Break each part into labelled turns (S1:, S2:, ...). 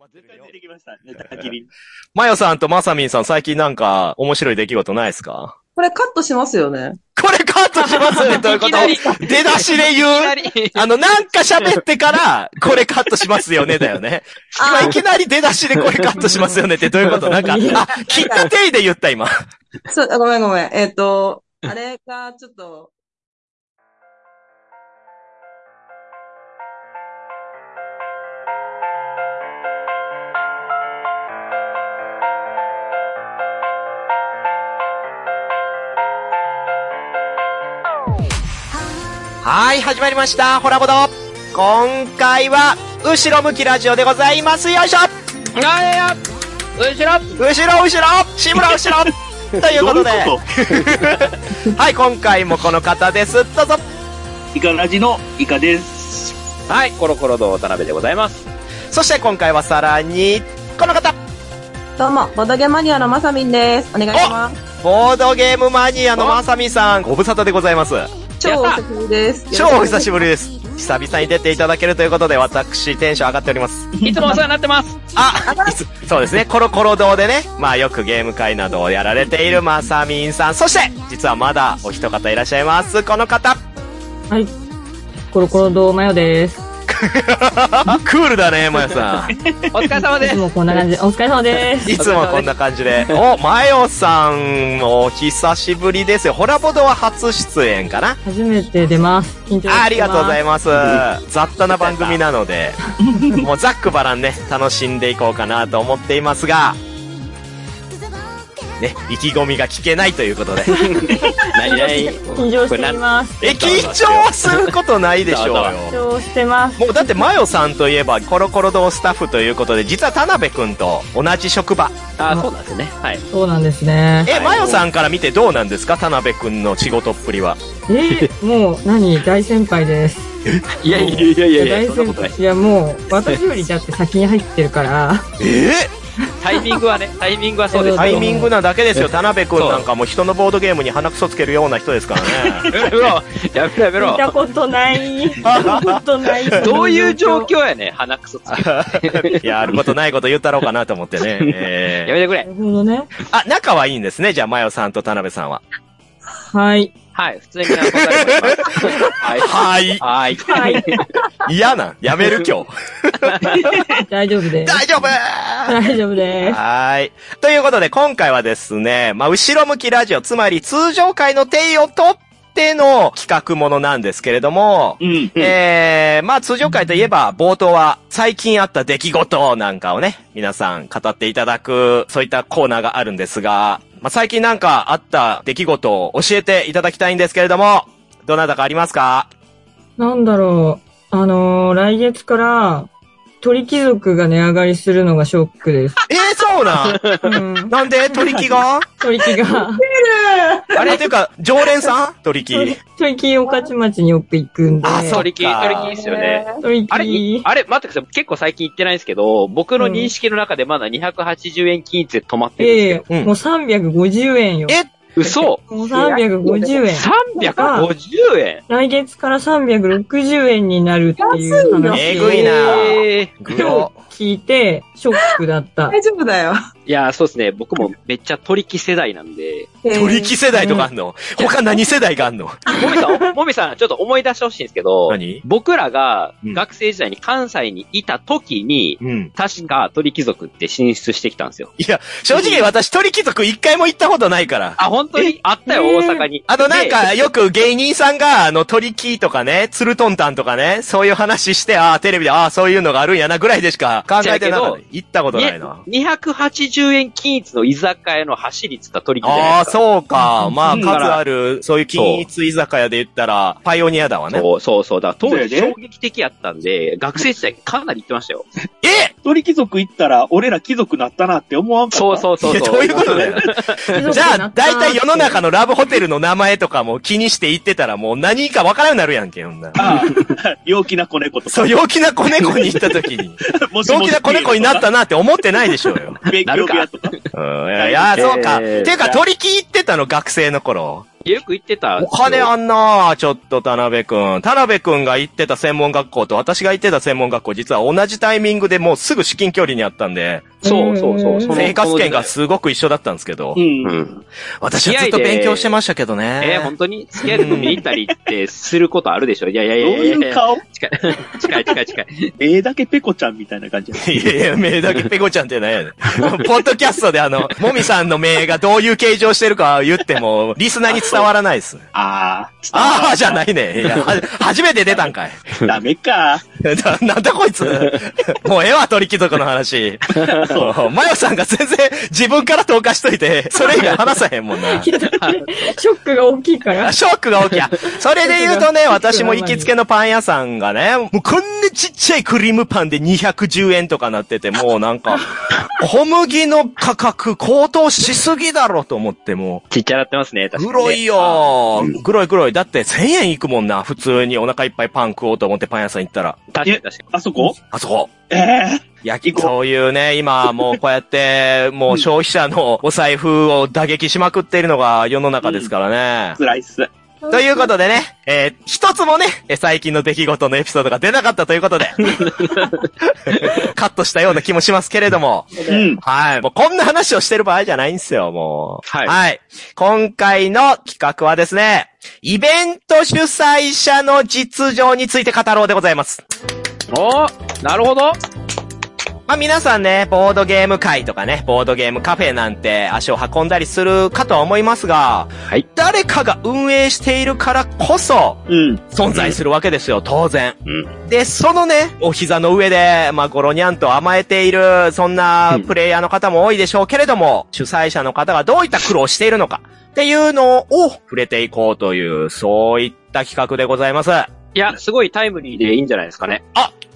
S1: 待って
S2: 絶
S1: る
S2: 対
S1: よ
S2: 出てきました。ネタ切り。
S1: マヨさんとマサミンさん、最近なんか面白い出来事ないですか
S3: これカットしますよね。
S1: これカットします ね、というこ
S4: いき
S1: と
S4: なり。
S1: 出だしで言う。
S4: いきなり
S1: あの、なんか喋ってから、これカットしますよね、だよね。 今いきなり出だしでこれカットしますよねってどういうことなん か、あ、切った手で言った今。
S3: そう、あごめんごめん。えっ、と、あれがちょっと、
S1: はい、始まりました。ホラボド。今回は、後ろ向きラジオでございます。よいしょ
S4: あいや後ろ
S1: 後ろ後ろ志村後ろ ということで。
S2: どういうこ
S1: はい、今回もこの方です。どうぞ。
S2: とイカラジのイカです。
S5: はい、コロコロ堂田辺でございます。
S1: そして今回はさらに、この方
S3: どうも、ボドゲマニアのまさみんです。お願いします。
S1: ボードゲームマニアのまさみさん、ご無沙汰でございます。
S3: 超お久しぶりです。。
S1: 超お久しぶりですす。久々に出ていただけるということで、私、テンション上がっております。
S4: いつもお世話になってます。
S1: あ、いつそうですね、コロコロ堂でね、まあよくゲーム会などをやられているまさみんさん、そして、実はまだお一方いらっしゃいます。この方。
S6: はい。コロコロ堂マヨです。
S1: クールだね、まやさん。
S4: お疲れ様
S6: い
S4: で
S6: つ
S4: す。
S6: もこんな感じで、お疲れ様です。
S1: いつもこんな感じで。お、まよさん、お久しぶりですよ。ホラボドは初出演かな
S6: 初めて出ます。緊張してます。
S1: ありがとうござ
S6: い
S1: います。雑多な番組なの で、もうざっくばらんね、楽しんでいこうかなと思っていますが、ね、意気込みが聞けないということで。
S5: 何々
S6: 緊張しています。
S1: え、緊張はすることないでしょう
S5: ざわ ざ
S1: よ。
S6: 緊張してます。
S1: もうだって、マヨさんといえば、コロコロ堂スタッフということで、実は田辺くんと同じ職場。
S5: あ、そうなんですね。はい。
S6: そうなんですね。
S1: え、マヨさんから見てどうなんですか田辺くんの仕事っぷりは。
S6: えー、もう、何大先輩です。
S5: いやいやいやいやいや、
S6: 大
S5: そんな
S6: 先
S5: ことない
S6: 輩。。いや、もう、私よりだって先に入ってるから。
S1: え
S4: タイミング はね、タイミングはそうです
S1: タイミングなだけですよ。
S5: え
S1: 田辺くんなんかもう人のボードゲームに鼻くそつけるような人ですからね。
S5: やめろ、やめろ、やめ
S6: 見た
S5: ろ。
S6: ことない。見たことない。
S5: どういう状況やねん、鼻くそつけて。
S1: いや、あることないこと言ったろうかなと思ってね。え
S5: や
S1: ー
S5: めてく
S6: な
S5: れ。
S6: るほどね。
S1: あ、仲はいいんですね。じゃあ、マヨさんと田辺さんは。
S6: はい。
S5: はい、普通に何個かあります。はい。
S1: はい。
S5: はい。はい。
S1: 嫌なん。やめる今日。
S6: 大丈夫です。
S1: 大丈夫
S6: 大丈夫です。
S1: はい。ということで、今回はですね、まあ、後ろ向きラジオ、つまり通常回の定位を取っての企画ものなんですけれども、
S2: うん。
S1: えー、まあ、通常回といえば、冒頭は、最近あった出来事なんかをね、皆さん語っていただく、そういったコーナーがあるんですが、まあ、最近なんかあった出来事を教えていただきたいんですけれども、どなたかありますか
S6: なんだろう。あのー、来月から、鳥貴族が値上がりするのがショッ クです。
S1: えー、そうなん
S6: うん。
S1: なんで鳥木が
S6: 鳥貴が、
S1: あれというか、常連さん鳥木。
S6: 鳥貴御徒町によく行くんで、
S1: あそう
S5: 取り切り、取り切りですよね。
S6: 鳥
S5: あれ、い
S6: 貴、
S5: あれ、待ってください。結構最近行ってないんですけど、僕の認識の中でまだ280円均一で止まってるん
S6: え
S5: です
S6: え
S1: うん
S6: もう350円よ。
S1: え
S5: けど。嘘
S6: もう350円。
S5: !350 円
S6: 来月から360円になるっていう話を
S1: えぐいな
S5: ええ
S1: グ
S6: 今
S1: ロ。
S6: 日聞いて、ショックだった。
S3: 大丈夫だよ。
S5: いや、そうですね。僕もめっちゃ取り木世代なん で。
S1: 鳥木世代とかあんの他何世代があんの
S5: もみさん、おもみさん、ちょっと思い出してほしいんですけど、
S1: 何
S5: 僕らが
S1: うん
S5: 学生時代に関西にいた時に、
S1: うん。
S5: 確か鳥貴族って進出してきたんですよ。
S1: いや、正直私鳥貴族一回も行ったことないから。
S5: あ、本当にあったよ、
S6: え
S5: 大
S6: ー
S5: 阪に。
S1: あのなん
S5: で、
S1: か、よく芸人さんが、あの、鳥木とかね、ツルトンタンとかね、そういう話して、ああ、テレビで、ああ、そういうのがあるんやな、ぐらいでしか考えてなかった
S5: せやけ。
S1: 行ったことない
S5: ね
S1: な。
S5: 280円均一の居酒屋の走りっつった鳥貴じゃ
S1: あ
S5: ない
S1: あ、
S5: ですか。
S1: そうか。まあ、
S5: うん
S1: 数ある、そういう均一居酒屋で言ったら、パイオニアだわね。
S5: そうそうそうだ。当時
S2: そうやね
S5: 衝撃的やったんで、学生時代かなり行ってましたよ。
S1: え
S2: 鳥貴族行ったら、俺ら貴族なったなって思わんかった
S5: そうそうそう
S1: いや
S5: そう。
S1: ど ういうことだよ。じゃあ、だいたい 世の中のラブホテルの名前とかも気にして行ってたら、もう何かわからんようになるやんけ、そんな。
S2: ああ、陽気な子猫とか。
S1: そう、陽気な子猫に行った時 に、
S2: もし
S1: 陽
S2: もし
S1: 気な子猫になったなって思ってないでしょうよ。
S2: 勉強部屋とか。
S1: うん、いや、いやそうか。
S5: えー
S1: ていうか、取り切ってたの、学生の頃。
S5: よく言ってた。
S1: お金あんなあちょっと田辺くん。田辺くんが行ってた専門学校と私が行ってた専門学校、実は同じタイミングでもうすぐ至近距離にあったんで、
S5: そうそうそう。その
S1: 生活圏が
S5: そ
S1: すごく一緒だったんですけど
S2: う、ん
S5: の。時代うん。
S1: 私はずっと勉強してましたけどね。
S5: えー、本当に付き合いで飲みに行ったりってすることあるでしょいやいやい
S2: どう
S5: やいやい
S2: いう
S5: や。
S2: 顔
S5: 近い、近い、近い、近い。
S2: 目だけペコちゃんみたいな感じ。
S1: いやいや、名だけペコちゃんってなんや ねん。ポッドキャストであの、もみさんの名がどういう形状してるか言っても、リスナーに伝わらないです。
S2: あー、
S1: ああじゃないね。いや、は初めて出たんかい。
S2: ダメか。
S1: な なんだこい つ。もうええわ、鳥貴族の話。そうマヨさんが全然自分から投下しといて、それ以外話さへんもん な。
S6: ショックが大きいから
S1: あ。ショックが大きい。あそれで言うと ね、私も行きつけのパン屋さんがね、もうこんなちっちゃいクリームパンで210円とかなってて、もうなん か、小麦の価格高騰しすぎだろと思って、も
S5: ちっちゃなってますね、
S1: う。
S5: 確かに、ね。
S1: 黒いよー黒い黒い。だって1000円いくもんな。普通にお腹いっぱいパン食おうと思ってパン屋さん行ったら。
S5: 確かに確か
S2: あそこ
S1: あそこ。
S2: ええ
S1: 焼き、
S2: 行こう
S1: そういうね、今もうこうやって、もう消費者のお財布を打撃しまくっているのが世の中ですからね。
S2: 辛いっす。
S1: ということでね、えー一つもね、えー最近の出来事のエピソードが出なかったということで、カットしたような気もしますけれども、
S2: うん。
S1: はい。もうこんな話をしてる場合じゃないんですよ、もう。
S5: はい
S1: 今回の企画はですね、イベント主催者の実情について語ろうでございます。
S5: に。おーなるほど
S1: まあ皆さんね、ボードゲーム会とかね、ボードゲームカフェなんて足を運んだりするかとは思いますが、
S5: はい
S1: 誰かが運営しているからこそ
S2: うん。
S1: 存在するわけですよ、当然。
S5: うん。
S1: で、そのね、お膝の上で、まあ、ゴロニャンと甘えている、そんなプレイヤーの方も多いでしょうけれども、主催者の方がどういった苦労をしているのか、っていうのを触れていこうという、そういった企画でございます。
S5: いや、すごいタイムリーでいいんじゃないですかね。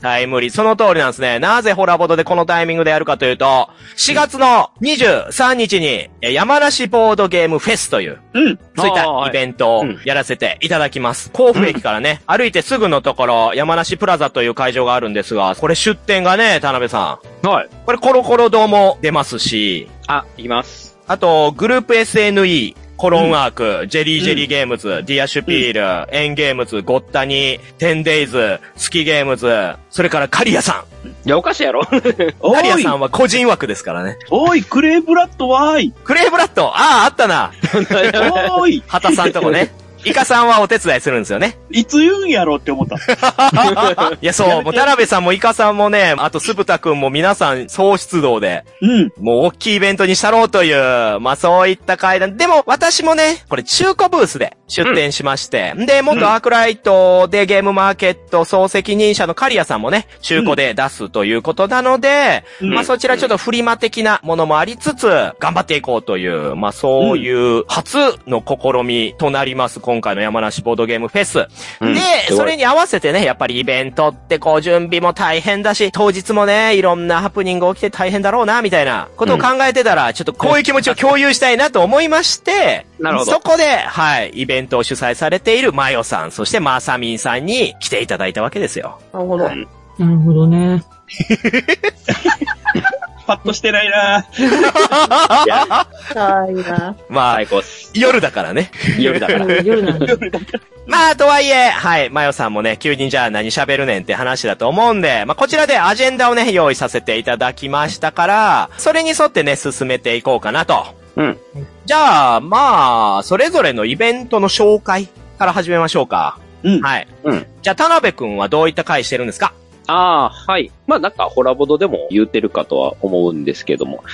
S1: タイムリー。その通りなんですね。なぜホラボドでこのタイミングでやるかというと、4月の23日に、え山梨ボードゲームフェスという、
S2: うん。
S1: そういっ
S5: あーは
S1: た
S5: い
S1: イベントを
S5: うん
S1: やらせていただきます。甲府駅からね、歩いてすぐのところ、山梨プラザという会場があるんですが、これ出店がね、田辺さ
S5: はい。
S1: ん。これコロコロ堂も出ますし、
S5: あ、いきます。
S1: あと、グループ SNE、コロンワーク、ジェリージェリーゲームズ、ディアシュピール、エンゲームズ、ゴッタニ、テンデイズ、スキゲームズ、それからカリアさん。
S5: いや、おかしいやろ
S2: お
S1: カリア
S2: い
S1: さ、んは個人枠ですからね。
S2: おい、クレーブラッドはーい。
S1: クレイブラッド、ああ、あったな。
S2: おーい、
S1: 畑さんとこ ね。イカさんはお手伝いするんですよね。
S2: いつ言うんやろって思った。
S1: いや、そう、もう田辺さんもイカさんもね、あとスプタ君も皆さん総出動で、
S2: うん。
S1: もう大きいイベントにしたろうという、まあそういった会談。でも私もね、これ中古ブースで出店しまして、で、元アークライトでゲームマーケット総責任者のカリアさんもね、中古で出すということなので、
S2: うん
S1: まあそちらちょっとフリマ的なものもありつつ、頑張っていこうという、まあそういう初の試みとなります、今回の山梨ボードゲームフェス。
S5: うん
S1: で、それに合わせてね、やっぱりイベントってこう準備も大変だし、当日もね、いろんなハプニング起きて大変だろうな、みたいなことを考えてたら、ちょっとこういう気持ちを共有したいなと思いまして、
S5: なるほど
S1: そこで、はい、イベントを主催されているマヨさん、そしてマサミンさんに来ていただいたわけですよ。
S3: なるほど。
S6: なるほ どね。
S2: パッとしてないな。
S5: いや、
S3: かわいいな。
S1: まあ
S5: 最、高っす。
S1: 夜だからね。
S5: 夜だから。
S6: 夜なんで。
S1: まあ、とはいえ、はい、マヨさんもね、急にじゃあ何喋るねんって話だと思うんで、まあ、こちらでアジェンダをね、用意させていただきましたから、それに沿ってね、進めていこうかなと。
S5: うん。
S1: じゃあ、まあ、それぞれのイベントの紹介から始めましょうか。
S2: うん。
S1: はい。
S5: うん。
S1: じゃあ、田辺くんはどういった会してるんですか
S5: ああ、はい。まあなんか、ホラボドでも言うてるかとは思うんですけども。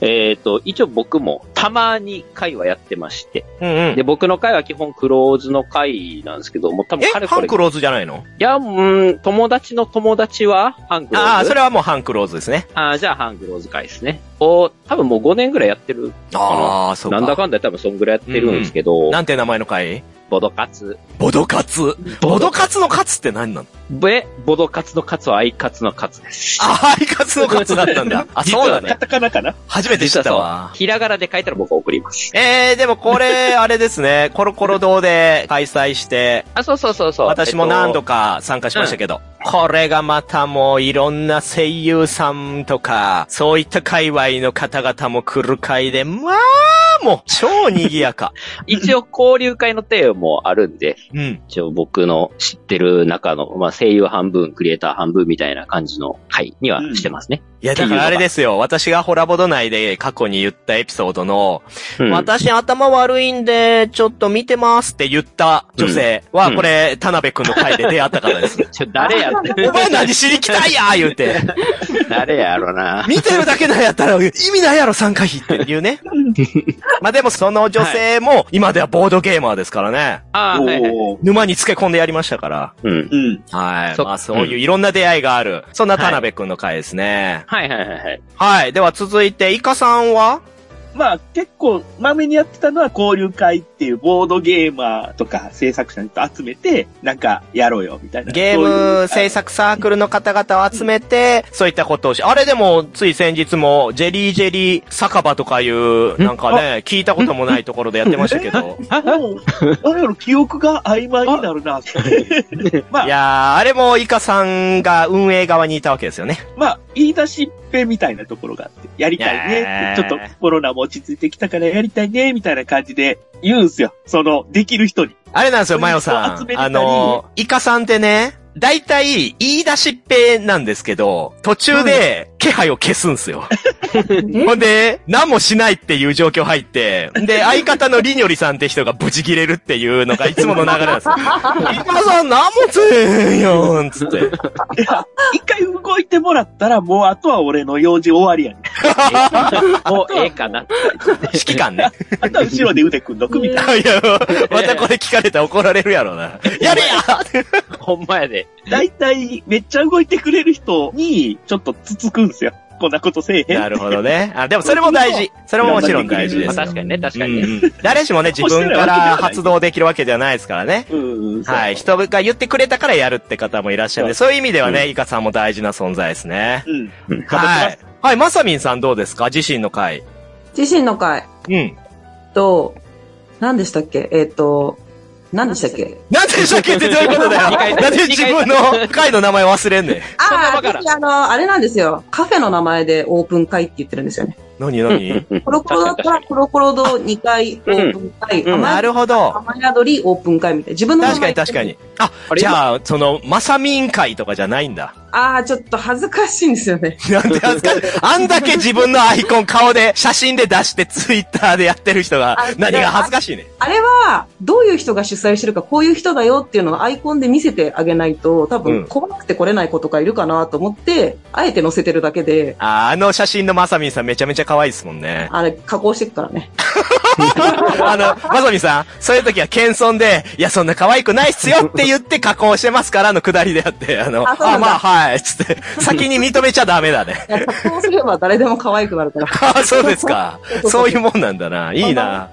S5: えっ、と、一応僕もたまに会はやってまして。
S1: うんうん。
S5: で、僕の会は基本クローズの会なんですけども、多分
S1: え、
S5: 彼
S1: ハ
S5: こ
S1: ン
S5: れ。い
S1: クローズじゃないの
S5: や、うーん、友達の友達はハンクローズ。
S1: ああ、それはもうハンクローズですね。
S5: あーじゃあハンクローズ会ですね。を、多分もう5年ぐらいやってる。
S1: ああ、そ
S5: なんだかんだ多分そんぐらいやってるんですけど、
S1: なんて名前の会
S5: ボドカツ。
S1: ボドカツ。ボドカツのカツって何なの
S5: べ、ボドカツのカツはアイカツのカツです。
S1: ああ、イカツのカツだったんだ。あ、
S5: 実
S1: そう
S5: は
S1: だ
S5: ね
S1: ね
S2: カ。タカナかな
S1: 初めて知ったわ。
S5: ひらがなで書いたら僕は送ります。
S1: えー、でもこれ、あれですね、コロコロ堂で開催して、
S5: あ、そうそうそうそう。
S1: 私も何度か参加しましたけど。
S5: えっと
S1: これがまたもういろんな声優さんとか、そういった界隈の方々も来る会で、まあもう超賑やか。
S5: 一応交流会のテーマもあるんで、
S1: うん。
S5: 一応僕の知ってる中の、まあ、声優半分、クリエイター半分みたいな感じの会にはしてますね。
S1: いや、だからあれですよ。私がホラボド内で過去に言ったエピソードの、
S5: うん
S1: 私頭悪いんで、ちょっと見てますって言った女性は、
S5: うん
S1: これ、田辺くんの回で出会った方です。
S5: ちょ、誰やって、
S1: お前何しに来たんや言うて。
S5: 誰やろな。
S1: 見てるだけなんやったら、意味ないやろ、参加費っていう ね。まあでも、その女性も、今ではボードゲーマーですからね。
S4: ああ、はいはい。
S2: おー
S1: 沼につけ込んでやりましたから。
S5: うん。
S2: うん。
S1: はい。
S5: そ
S1: まあそういういろんな出会いがある。そんな田辺くんの回ですね。
S5: はいはいはいはい。
S1: はい。では続いて、イカさんは
S2: まあ結構、まめにやってたのは交流会っていうボードゲーマーとか制作者の人集めて、なんかやろうよみたいな。
S1: ゲ
S2: そう
S1: ー
S2: い
S1: ム
S2: う
S1: 制。作サークルの方々を集めて、そういったことをし、あれでも、つい先日も、ジェリージェリー酒場とかいう、なんかね、聞いたこともないところでやってましたけど。
S2: あもう、あれやろ、記憶が曖昧になるな。 ま
S1: い
S2: あ、
S1: やー、あれもイカさんが運営側にいたわけですよね。
S2: まあ、言い出しっぺみたいなところがあって、やりたいねって、
S1: ね
S2: ちょっとコロナも落ち着いてきたからやりたいね、みたいな感じで言うんすよ。その、できる 人に。
S1: あれなんですよ、マヨさ。
S2: そういうん人
S1: あ
S2: を集めてたり
S1: の、イカさんってね、大体、言い出しっぺなんですけど、途中で、気配を消すんですよ。
S6: え
S1: ほんで、何もしないっていう状況入って、で、相方のりにょりさんって人がブチ切れるっていうのがいつもの流れなんですよ。今さん何もせえへんよんつって。
S2: いや一回動いてもらったら、もうあとは俺の用事終わりやね
S5: もうええかな。
S1: 指揮官ね。
S2: あとは後ろで腕組んどくみたいな。
S1: いや、またこれ聞かれたら怒られるやろうな。やれや
S5: ほんまやで。
S2: 大体、めっちゃ動いてくれる人に、ちょっとつつくんすよ。こんなことせえへん。
S1: なるほどね。あ、でもそれも大事。それももちろん大事で
S4: まあ
S1: すよ。
S4: 確かにね、確か
S1: う
S4: にね。
S1: んうん誰しもね、自分から発動できるわけではないですからね。
S2: うん。
S1: はい。人が言ってくれたからやるって方もいらっしゃるんで、そういう意味ではね、イカさんも大事な存在ですね。
S2: うん。
S1: はい。はい、まさみんさんどうですか自身の回。
S3: 自身の回
S1: うん。
S3: と、何でしたっけえっ、と、何でしたっけ
S1: なんでしたっ けってどういうことだよ
S4: 二回
S1: なんで自分の回の名前忘れんねん。
S4: んな
S3: ああ、
S4: 馬鹿な
S3: 私あの、あれなんですよ。カフェの名前でオープン会って言ってるんですよね。
S1: 何何
S3: コロコロだったらコロコロ堂2回オープン会。
S5: うんうん
S1: なるほど。
S3: 雨宿りオープン会みたいな。自分の名
S1: 確か
S3: 前
S1: に確かに。あ、
S5: あれ
S1: じゃあ、その、まさみん会とかじゃないんだ。
S3: ああ、ちょっと恥ずかしいんですよね。
S1: なんで恥ずかしい。あんだけ自分のアイコン顔で写真で出してツイッターでやってる人が
S3: あ、
S1: 何が恥ずかしいねん。
S3: あれは、どういう人が主催してるか、こういう人だよっていうのをアイコンで見せてあげないと、多
S1: うん
S3: 分、怖くて来れない子とかいるかなと思って、あえて載せてるだけで、
S1: あーあの写真のまさみんさんめちゃめちゃ可愛いですもんね。
S3: あれ、加工してくからね。
S1: あの、まさみさん、そういう時は謙遜で、いや、そんな可愛くないっすよって言って加工してますからのくだりであって、あの、あ
S3: あそうなんだ
S1: まあ、はい、つって、先に認めちゃダメだね。
S3: いや加工すれば誰でも可愛くなるから。
S1: あそうですか。そういうもんなんだな。いいな。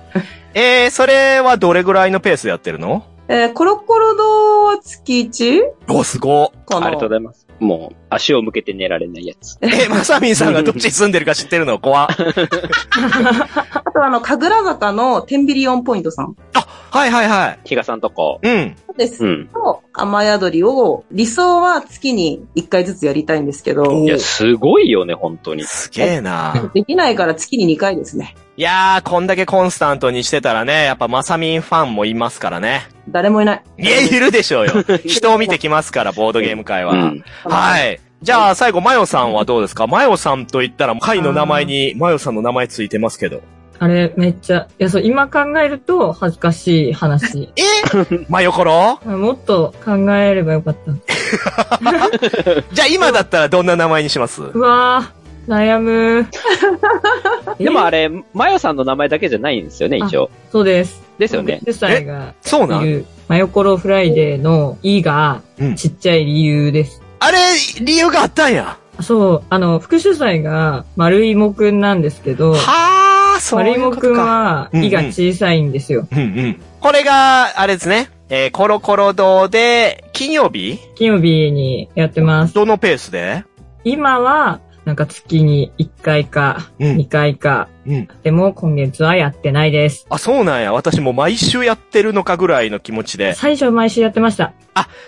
S1: えー、それはどれぐらいのペースでやってるの
S3: えーコロコロ堂は月 1?
S1: お、すご。
S3: か
S5: あ
S3: な
S5: りがとうございます。もう、足を向けて寝られないや つ。
S1: え、まさみんさんがどっちに住んでるか知ってるの怖。
S3: あとはあの、神楽坂のテンビリオンポイントさん
S1: はいはいは
S5: 比嘉さんとこ。
S1: い。うん。
S3: です
S5: うん。
S3: と、雨宿りを、理想は月に1回ずつやりたいんですけど
S5: い、や、すごいよね、本当に。
S1: すげえな。
S3: できないから月に2回ですね。
S1: いやー、こんだけコンスタントにしてたらね、やっぱまさみんファンもいますからね。
S3: 誰もいない。
S1: いや、いるでしょうよ。人を見てきますから、ボードゲーム界は。
S5: うん。
S1: はい。じゃあ、最後、マヨさんはどうですかマヨさんと言ったら、会の名前に、マヨさんの名前ついてますけど。
S6: あれ、めっちゃ、いや、そう、今考えると恥ずかしい話。
S1: え マヨコロ
S6: もっと考えればよかった。
S1: じゃあ、今だったらどんな名前にします
S6: うわぁ、悩む。
S5: でもあ
S6: れ
S5: れ、マヨさんの名前だけじゃないんですよね、一応。
S6: そうです。
S5: ですよね。
S6: 10歳が
S1: そうないん
S6: る、マヨコロフライデーの E が
S1: うん
S6: ちっちゃい理由です。
S1: あれ、理由があったんや。
S6: そう、あの、副主催が丸いもくんなんですけど、
S1: はあ、そう
S6: 丸
S1: い
S6: いうも
S1: こ
S6: く
S1: と
S6: ん
S1: か。
S6: は
S1: うんうん
S6: E が小さいんですよ。
S1: うんうん。これが、あれですね。えーコロコロ堂で、金曜日
S6: 金曜日にやってます。
S1: どのペースで
S6: 今は、なんか月に1回か
S1: うん
S6: 2回か、
S1: うん。
S6: でも今月はやってないです。
S1: あ、そうなんや。私もう毎週やってるのかぐらいの気持ちで。
S6: 最初毎週やってました。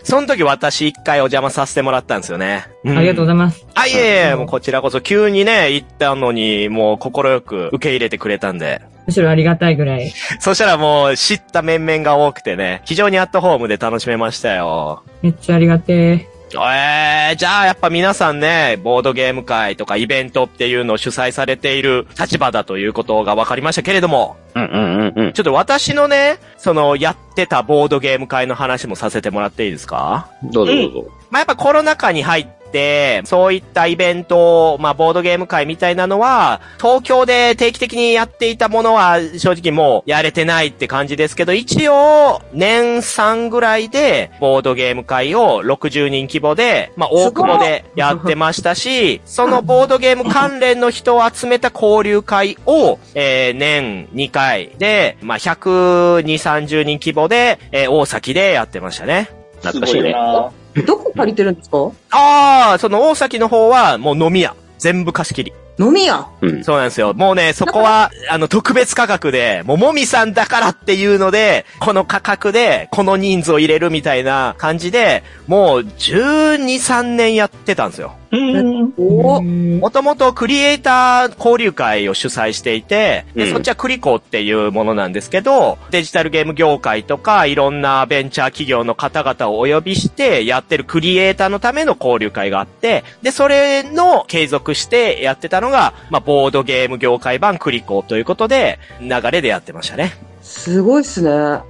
S1: その時私一回お邪魔させてもらったんですよね。
S6: ありがとうご
S1: ざいます。
S6: ざいます。
S1: あ、いえいえ、
S6: うん
S1: もうこちらこそ急にね、行ったのに、もう心よく受け入れてくれたんで。
S6: むしろありがたいぐらい。
S1: そしたらもう知った面々が多くてね、非常にアットホームで楽しめましたよ。
S6: めっちゃありがて
S1: ええじゃあやっぱ皆さんね、ボードゲーム会とかイベントっていうのを主催されている立場だということが分かりましたけれども、
S5: うんうんうんうん。
S1: ちょっと私のね、そのやってたボードゲーム会の話もさせてもらっていいですか
S5: どうぞどうぞ。
S1: まあ、やっぱコロナ禍に入って、そういったイベント、まあ、ボードゲーム会みたいなのは、東京で定期的にやっていたものは、正直もうやれてないって感じですけど、一応、年3ぐらいで、ボードゲーム会を60人規模で、まあ、大久保でやってましたし、そのボードゲーム関連の人を集めた交流会を、えー年2回で、まあ、120、30人規模で、えー大崎でやってましたね。
S5: 懐かしいね。
S2: な
S3: どこ借りてるんですか
S1: ああ、その大崎の方はもう飲み屋。全部貸し切り。
S3: 飲み屋。
S5: うん。
S1: そうなんですよ。もうね、そこは、あの、特別価格で、もうもみさんだからっていうので、この価格で、この人数を入れるみたいな感じで、もう12、3年やってたんですよ。
S2: うん。
S6: ー。
S3: お
S6: う
S3: ー
S6: ん
S1: もともとクリエイター交流会を主催していて、で、
S5: うん
S1: そっちはクリコっていうものなんですけど、デジタルゲーム業界とか、いろんなベンチャー企業の方々をお呼びして、やってるクリエイターのための交流会があって、で、それの継続してやってたのが、まあ、ボードゲーム業界版クリコということで、流れでやってましたね。
S3: すごいっすね。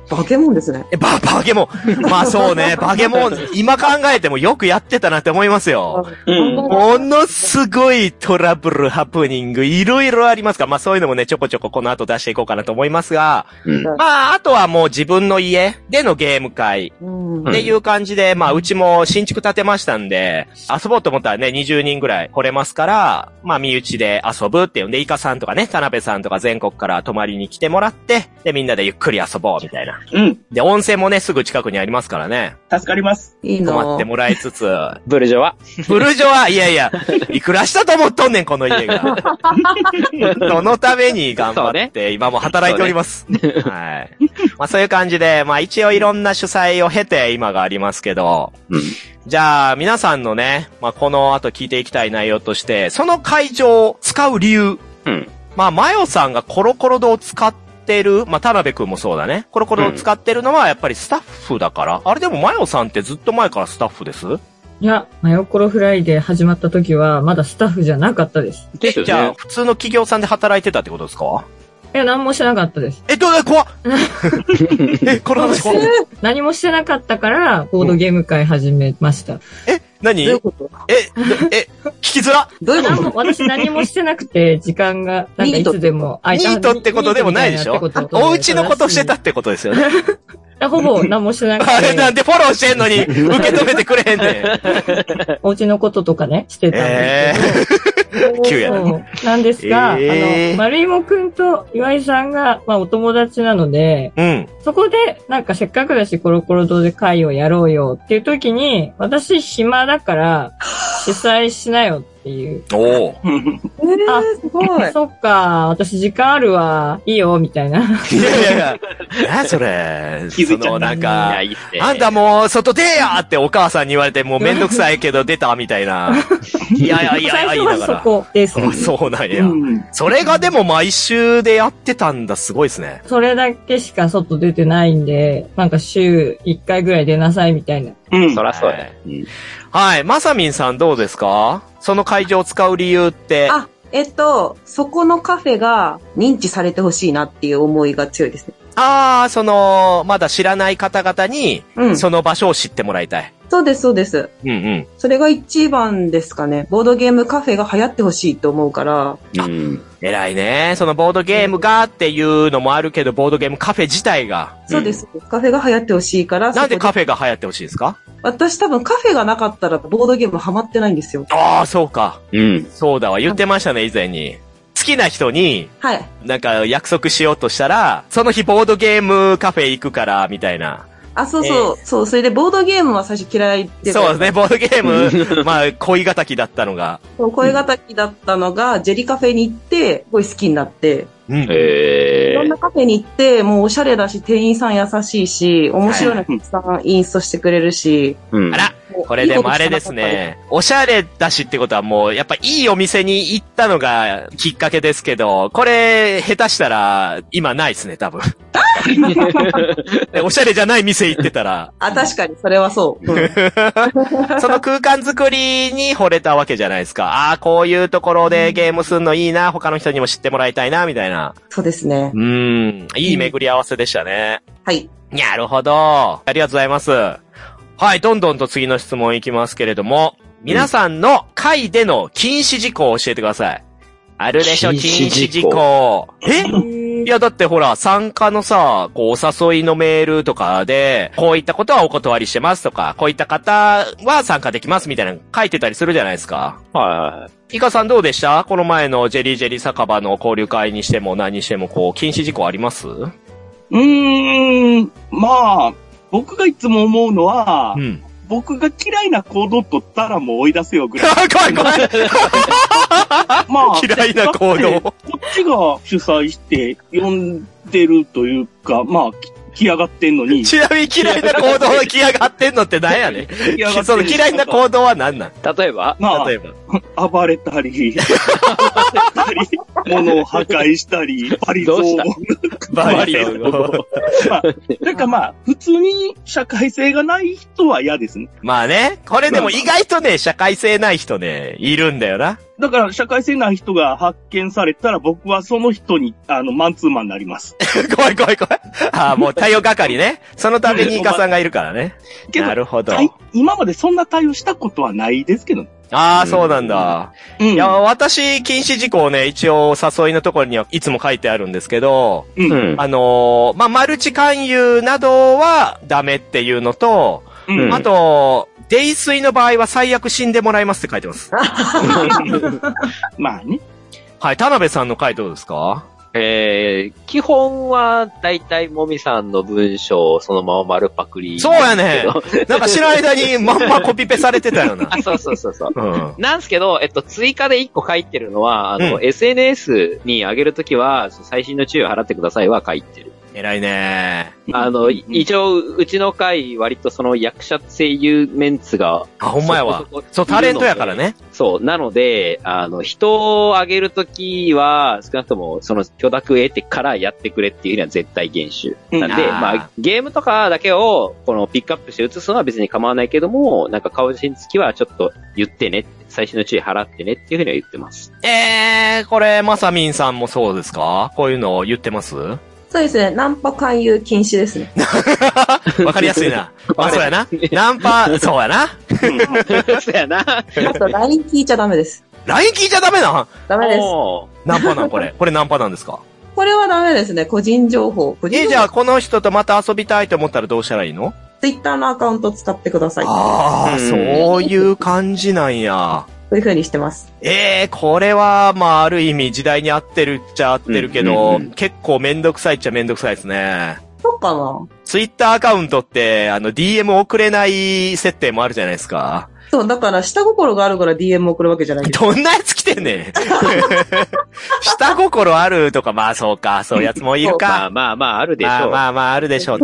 S3: 化け物ですね。
S1: え、バ、バゲモン。まあそうね、バゲモン、今考えてもよくやってたなって思いますよ。
S2: うん。
S1: ものすごいトラブル、ハプニング、いろいろありますが、まあそういうのもね、ちょこちょここの後出していこうかなと思いますが、
S5: うん
S1: まああとはもう自分の家でのゲーム会
S3: うん
S5: う
S1: っ
S5: ん
S1: ていう感じで、まあうちも新築建てましたんで、遊ぼうと思ったらね、20人ぐらい来れますから、まあ身内で遊ぶっていうんで、イカさんとかね、田辺さんとか全国から泊まりに来てもらって、でみんなでゆっくり遊ぼうみたいな。
S2: うん。
S1: で、温泉もね、すぐ近くにありますからね、
S2: 助かります。
S3: いい
S1: 泊
S3: な
S1: まってもらいつつ、
S5: ブルジョワ。
S1: ブルジョはいやいや、いくらしたと思っとんねん、この家が。 そのために頑張って、今も働いております。 はい。まあそういう感じで、まあ一応いろんな主催を経て今がありますけど、
S5: うん
S1: じゃあ皆さんのね、まあこの後聞いていきたい内容として、その会場を使う理由。
S5: うん
S1: まあマヨさんがコロコロ堂を使ってる、まあ、田辺くんもそうだね。コロコロ堂を使ってるのはやっぱりスタッフだから。あれでもマヨさんってずっと前からスタッフです
S6: いや、マヨコロフライで始まった時は、まだスタッフじゃなかったです。
S1: え
S5: ですよね
S1: じゃあ、普通の企業さんで働いてたってことですか
S6: いや、何もしてなかったです。
S1: え、どうだ、 怖っ え、この話怖っ
S6: 何もしてなかったから、ボードゲーム会始めました。
S1: え、何
S3: どういう
S1: え、
S3: こと
S1: え、聞きづ ら
S3: どういう
S6: 何
S3: こ
S6: も私何もしてなくて、時間が、なんかいつでも空い
S1: ニ
S6: た
S1: ートってことでもないでしょお家のことしてた。ってことですよ ね。
S6: ほぼ何もしてな く
S1: あれなんで
S6: て、
S1: フォローしてんの に、受け止めてくれへんねん。
S6: お家のこととかね、してたん
S1: え
S6: ですけど。
S1: 急やな
S6: そうなんですが、
S1: えー
S6: あの、丸いもくんと岩井さんが、まあお友達なので、
S1: えうん。
S6: そこで、なんかせっかくだしコロコロ堂で会をやろうよっていう時に、私暇だから、主催しなよって いう。
S1: おお。
S3: とえー、すごい。
S6: そっか、私時間あるわ、いいよ、みたいな。
S1: いやいやいや、なそれ。
S2: 気づいちゃった
S1: その、なん
S5: い
S1: か
S5: や、、いいっすね。
S1: あんたもう、外出やってお母さんに言われて、もうめんどくさいけど出たみたい な。いやいやいや、
S6: 最
S1: 言い
S6: 初
S1: な
S6: は
S1: が
S6: そ
S1: ら。
S6: こです。
S1: あそうなんや。
S2: うん。
S1: それがでも毎週でやってたんだ、すごいですね。
S6: それだけしか外出てないんで、なんか週1回ぐらい出なさいみたいな。
S2: うん
S5: そ。らそうや。うん
S1: はい、まさみんさんどうですかその会場を使う理由って。
S3: あ、えっと、そこのカフェが認知されてほしいなっていう思いが強いですね。
S1: あー、その、まだ知らない方々に、
S3: うん。
S1: その場所を知ってもらいたい。
S3: そうです、そうです。
S1: うんうん。
S3: それが一番ですかね。ボードゲームカフェが流行ってほしいと思うから。
S5: うん。
S1: 偉いね。そのボードゲームがっていうのもあるけど、ボードゲームカフェ自体が。
S3: そうです。カフェが流行ってほしいから。
S1: なんでカ
S3: そこ
S1: フェが流行ってほしいですか
S3: 私多分カフェがなかったらボードゲームハマってないんですよ。
S1: あー、そうか。
S5: うん。
S1: そうだわ。言ってましたね、以前に。好きな人に、
S3: はい。
S1: なんか約束しようとしたら、その日ボードゲームカフェ行くから、みたいな。
S3: あ、そうそう、そう、それでボードゲームは最初嫌いっていうか
S1: そう ですね、ボードゲーム、まあ、恋敵だったのが。
S3: そう声がたきだったのが、ジェリカフェに行って、すごい好きになって、
S1: うん。
S5: え
S3: いろん
S5: ー
S3: なカフェに行って、もうおしゃれだし、店員さん優しいし、面白いのたくさんインストしてくれるし、
S5: うん
S1: あらこれでもあれですね。おしゃれだしってことはもう、やっぱいいお店に行ったのがきっかけですけど、これ、下手したら、今ないですね、 多分。おしゃれじゃない店行ってたら、
S3: あ、確かに、それはそう。うん
S1: その空間作りに惚れたわけじゃないですか。ああ、こういうところでゲームすんのいいな、他の人にも知ってもらいたいな、みたいな。
S3: そうですね
S1: う。ーん、いい巡り合わせでしたね。
S3: はい。
S1: なるほど。ありがとうございます。はい、どんどんと次の質問いきますけれども、皆さんの会での禁止事項を教えてください。あるでしょ、禁止
S5: 禁止
S1: 事
S5: 事
S1: 項。えいや、だってほら、参加のさ、こう、お誘いのメールとかで、こういったことはお断りしてますとか、こういった方は参加できますみたいなの書いてたりするじゃないですか。
S5: はいはい。
S1: イカさんどうでしたこの前のジェリージェリー酒場の交流会にしても何にしても、こう、禁止事項ありますう
S2: うーん、まあ、僕がいつも思うのは、
S1: ん。
S2: 僕が嫌いな行動取ったらもう追い出せよぐら い。
S1: あ、 怖い怖い
S2: まあ、
S1: 嫌いな行
S2: だって
S1: 動。
S2: こっちが主催して呼んでるというか、まあ、き来やがってんの に。
S1: ちなみに嫌いな行動が来やがってんのって何やねん。
S2: 来やがってんのに
S1: その嫌いな行動は何なん
S5: 例えば
S2: ま
S1: 例えば。
S2: あ、暴 れたり、暴れたり、物を破壊したり、バリゾ
S5: どうし
S2: ー
S5: た
S2: ン
S1: バリ
S5: バリの
S1: の。
S2: なんかまあ、普通に社会性がない人は嫌ですね。
S1: まあね、これでも意外とね、社会性ない人ね、いるんだよな。
S2: だから、社会性ない人が発見されたら、僕はその人に、あの、マンツーマンにな ります。
S1: 怖い怖い怖い。ああ、もう対応係ね。そのためにイカさんがいるからね。
S2: けど
S1: な、るほど。
S2: 対今までそんな対応したことはないですけどね。
S1: ああ、そうなんだ。
S2: うん。
S1: いや、私、禁止事項ね、一応、誘いのところにはいつも書いてあるんですけど、
S2: うん。
S5: う
S2: うん。
S5: ん。
S1: あのーまあ、マルチ勧誘などはダメっていうのと、
S5: うん
S1: あと、泥酔の場合は最悪死んでもらいますって書いてます。
S2: まあね。
S1: はい、田辺さんの回どうですか
S5: えー、基本は、だいたいもみさんの文章をそのまま丸パクリ。
S1: そうやね。なんか知らん間にまんまコピペされてたよな。
S5: あ、そうそうそうそう。
S1: うん。
S5: なんですけど、えっと、追加で一個書いてるのは、あの、
S1: う
S5: SNS に上げるときは、最新の注意を払ってくださいは書いてる。
S1: 偉いね
S5: あの、
S2: うん
S5: 一応、うちの会、割とその役者声優メンツが、
S1: あ、ほんまや
S5: そ
S1: わ。
S5: こそこ
S1: そう、タレントやからね。
S5: そう、なので、あの、人をあげるときは、少なくとも、その許諾得てからやってくれっていうのは絶対厳守。なんで、
S1: うん
S5: ま
S1: あー
S5: あ、ゲームとかだけを、この、ピックアップして映すのは別に構わないけども、なんか顔写真付きはちょっと言ってねって、最新の注意払ってねっていうふうには言って ます。
S1: えー、これ、まさみんさんもそうですかこういうの言ってますわ
S3: そうですね。ナンパ勧誘禁止ですね。
S1: かりやすいな。まあ、
S5: わ
S1: そう
S5: か
S1: や
S5: り
S1: な。ナンパ、そうやな。
S5: そうやな。
S3: あと、LINE 聞いちゃダメです。
S1: LINE 聞いちゃダメなん
S3: ダメです。
S5: おー
S1: ナンパなんこ れ。これナンパなんですか
S3: これはダメですね。個人情報。個
S1: え、
S3: 人
S1: じ
S3: 情
S1: ゃ
S3: 報
S1: あ、。この人とまた遊びたいと思ったらどうしたらいいの
S3: Twitter のアカウント使ってください。
S1: ああ、
S5: うん
S1: そういう感じなんや。
S3: という風にしてます。
S1: ええこれは、まあ、ある意味、時代に合ってるっちゃ合ってるけど、
S5: うんうんうん
S1: 結構めんどくさいっちゃめんどくさいですね。
S3: そうかな
S1: ツイッターアカウントって、あの、DM 送れない設定もあるじゃないですか。
S3: そう、だから、下心があるから DM 送るわけじゃないんです。
S1: どんなやつ来てんねん。下心あるとか、まあそうか、そういうやつもいる
S5: ま
S1: か
S5: あ。まあまあ、あるでしょう。
S1: まあまあまあ、あるでし ょう。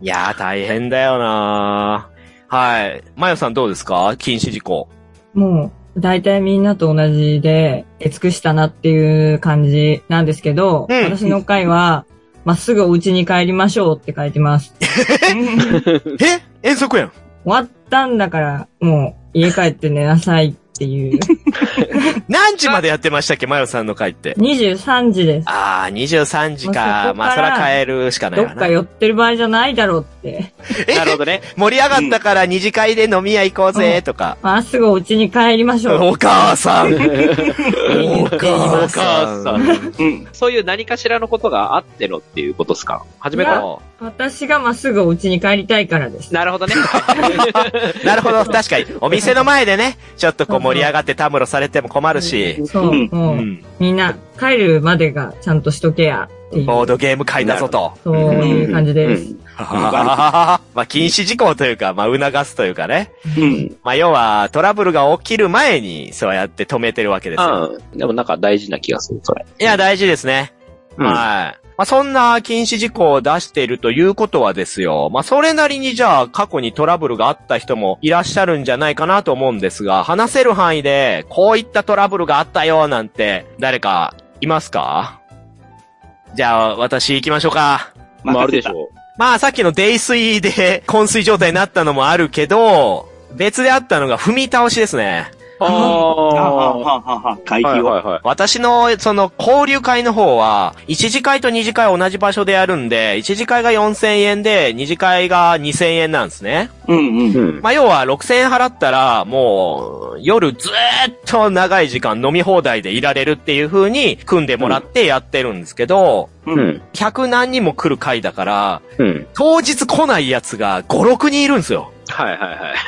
S1: いやー、大変だよなはい。まよさんどうですか禁止事 項。
S6: もう、大体みんなと同じで、出尽くしたなっていう感じなんですけど、
S1: うん
S6: 私の回は、まっすぐお家に帰りましょうって書いてます。
S1: え遠足やん。
S6: 終わったんだから、もう、家帰って寝なさいっ ていう。
S1: 何時までやってましたっけまよさんの会って。
S6: 23時です。
S1: ああ、23時
S6: まあそこか
S1: からまあ、そら変えるしかない
S6: ど
S1: わ
S6: っか
S1: な。
S6: 寄ってる場合じゃないだろうって。
S5: なるほどね。
S1: 盛り上がったから二次会で飲み屋行こうぜ、とか。
S6: まっすぐお家に帰りましょう。
S1: お母さんお母
S5: お
S1: さん
S5: 母
S2: うん。
S5: そういう何かしらのことがあってのっていうことですか初め
S1: い
S5: か
S1: や
S5: ら
S6: 私がまっすぐお家に帰りたいからです。
S5: なる ほどね。
S1: なるほど、確かに。お店の前でね、ちょっとこう盛り上がってたむろされても困るし。
S6: そう
S2: うん、
S1: う
S6: もう、
S1: ん。
S6: みんな帰るまでがちゃんとしとけやっていう。
S1: ボードゲーム会だぞと。
S6: そういう感じです。
S5: うん
S1: まあ、禁止事項というか、まあ、促すというかね。
S2: うん。
S1: まあ、要は、トラブルが起きる前に、そうやって止めてるわけですよ。
S5: うん。でもなんか大事な気がする、それ。
S1: いや、大事ですね。
S5: うん
S1: はい。まあ、そんな禁止事項を出しているということはですよ。まあ、それなりにじゃあ過去にトラブルがあった人もいらっしゃるんじゃないかなと思うんですが、話せる範囲でこういったトラブルがあったよなんて誰かいますかじゃあ私行きましょうか。
S5: まあ、あるでし
S2: う。
S5: ょ
S1: まあさっきの泥酔で 昏睡状態になったのもあるけど、別であったのが踏み倒しですね。
S5: う。あ
S2: はあ
S5: あ。は
S2: はあはあはあ、会
S5: いは
S2: 議
S5: い
S2: を。
S5: は
S1: 私の、その、交流会の方は、1次会と2次会同じ場所でやるんで、1次会が4000円で、2次会が2000円なんですね。
S2: うんう
S5: い。
S2: ん。
S5: うん。
S1: まあ、要は6000円払ったら、もう、夜ずーっと長い時間飲み放題でいられるっていう風に、組んでもらってやってるんですけど、
S2: う。
S5: うんん。
S1: 100何人も来る会だから、
S5: うん。
S1: 当日来ないやつが5、6人いるんですよ。
S5: はいは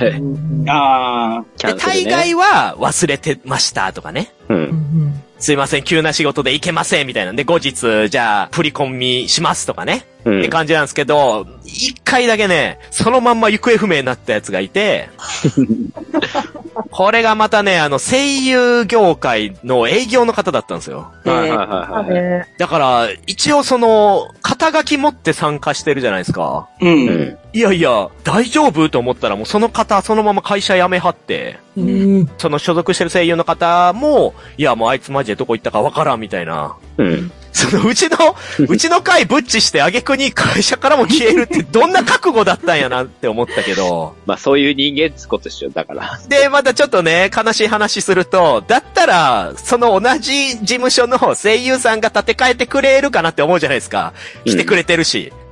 S5: いはい。
S2: ああ、
S5: キャ
S1: で、
S5: ンセ
S1: 大
S5: ル、ね。
S1: 概は忘れてましたとかね。
S5: うん。
S1: すいません、急な仕事で行けません、みたいなんで、後日、じゃあ、振り込みしますとかね。
S5: うん
S1: って感じなんですけど、一回だけね、そのまんま行方不明になったやつがい て、これがまたね、あの、声優業界の営業の方だったんですよ。
S5: はいはいはいはい。
S1: だから、一応その、肩書き持って参加してるじゃないですか。
S2: う。
S5: うんん。
S1: いやいや、大丈夫と思ったらもうその方、そのまま会社辞めはって、
S6: うん。
S1: その所属してる声優の方も、いやもうあいつマジでどこ行ったかわからんみたいな。
S5: うん。
S1: そのうち の、うちの会ブッチして挙句に会社からも消える ってどんな覚悟だったんやなって思ったけど。
S5: まあそういう人間っつうことっしよ、だから。
S1: で、またちょっとね、悲しい話すると、だったら、その同じ事務所の声優さんが立て替えてくれるかなって思うじゃないですか。来てくれてるし。
S5: うん
S1: うん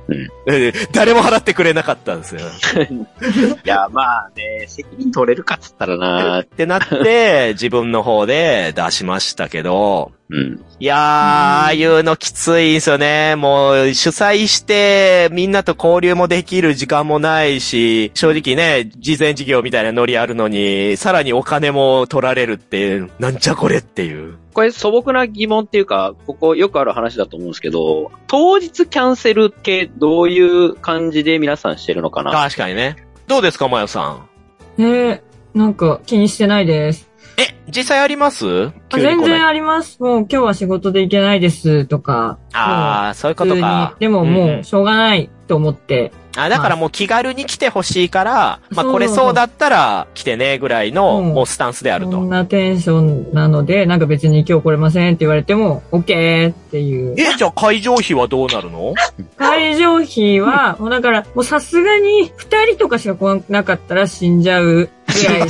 S1: 誰も払ってくれなかったんですよ。
S5: いや、まあね、責任取れるかっつったらな
S1: ってなって、自分の方で出しましたけど、
S5: うん。
S1: いやー、ああいうのきついんすよね。もう、主催して、みんなと交流もできる時間もないし、正直ね、事前事業みたいなノリあるのに、さらにお金も取られるっていう、なんじゃこれっていう。
S5: これ素朴な疑問っていうか、ここよくある話だと思うんですけど、当日キャンセル系どういう感じで皆さんしてるのかな
S1: 確かにね。どうですか、まよさん。
S6: えー、なんか気にしてないです。
S1: え、実際あります
S6: あ
S1: 急に
S6: 全
S1: 来ない
S6: 然あります。もう今日は仕事で行けないですとか。
S1: あー、そういうこ
S6: 普通
S1: と
S6: に
S1: か。。
S6: でも
S1: ん
S6: も
S1: ん
S6: うしょうがないと思って。
S1: あ、だからもう気軽に来てほしいから、まあ
S6: そう
S1: これそうだったら来てねぐらいの、
S6: うん
S1: もうスタンスである
S6: そん
S1: と。
S6: なテンションなので、なんか別に今日来れませんって言われても、OK っていう。
S1: え、じゃあ会場費はどうなるの
S6: 会場費は、もうだから、もうさすがに二人とかしか来なかったら死んじゃうぐらいで。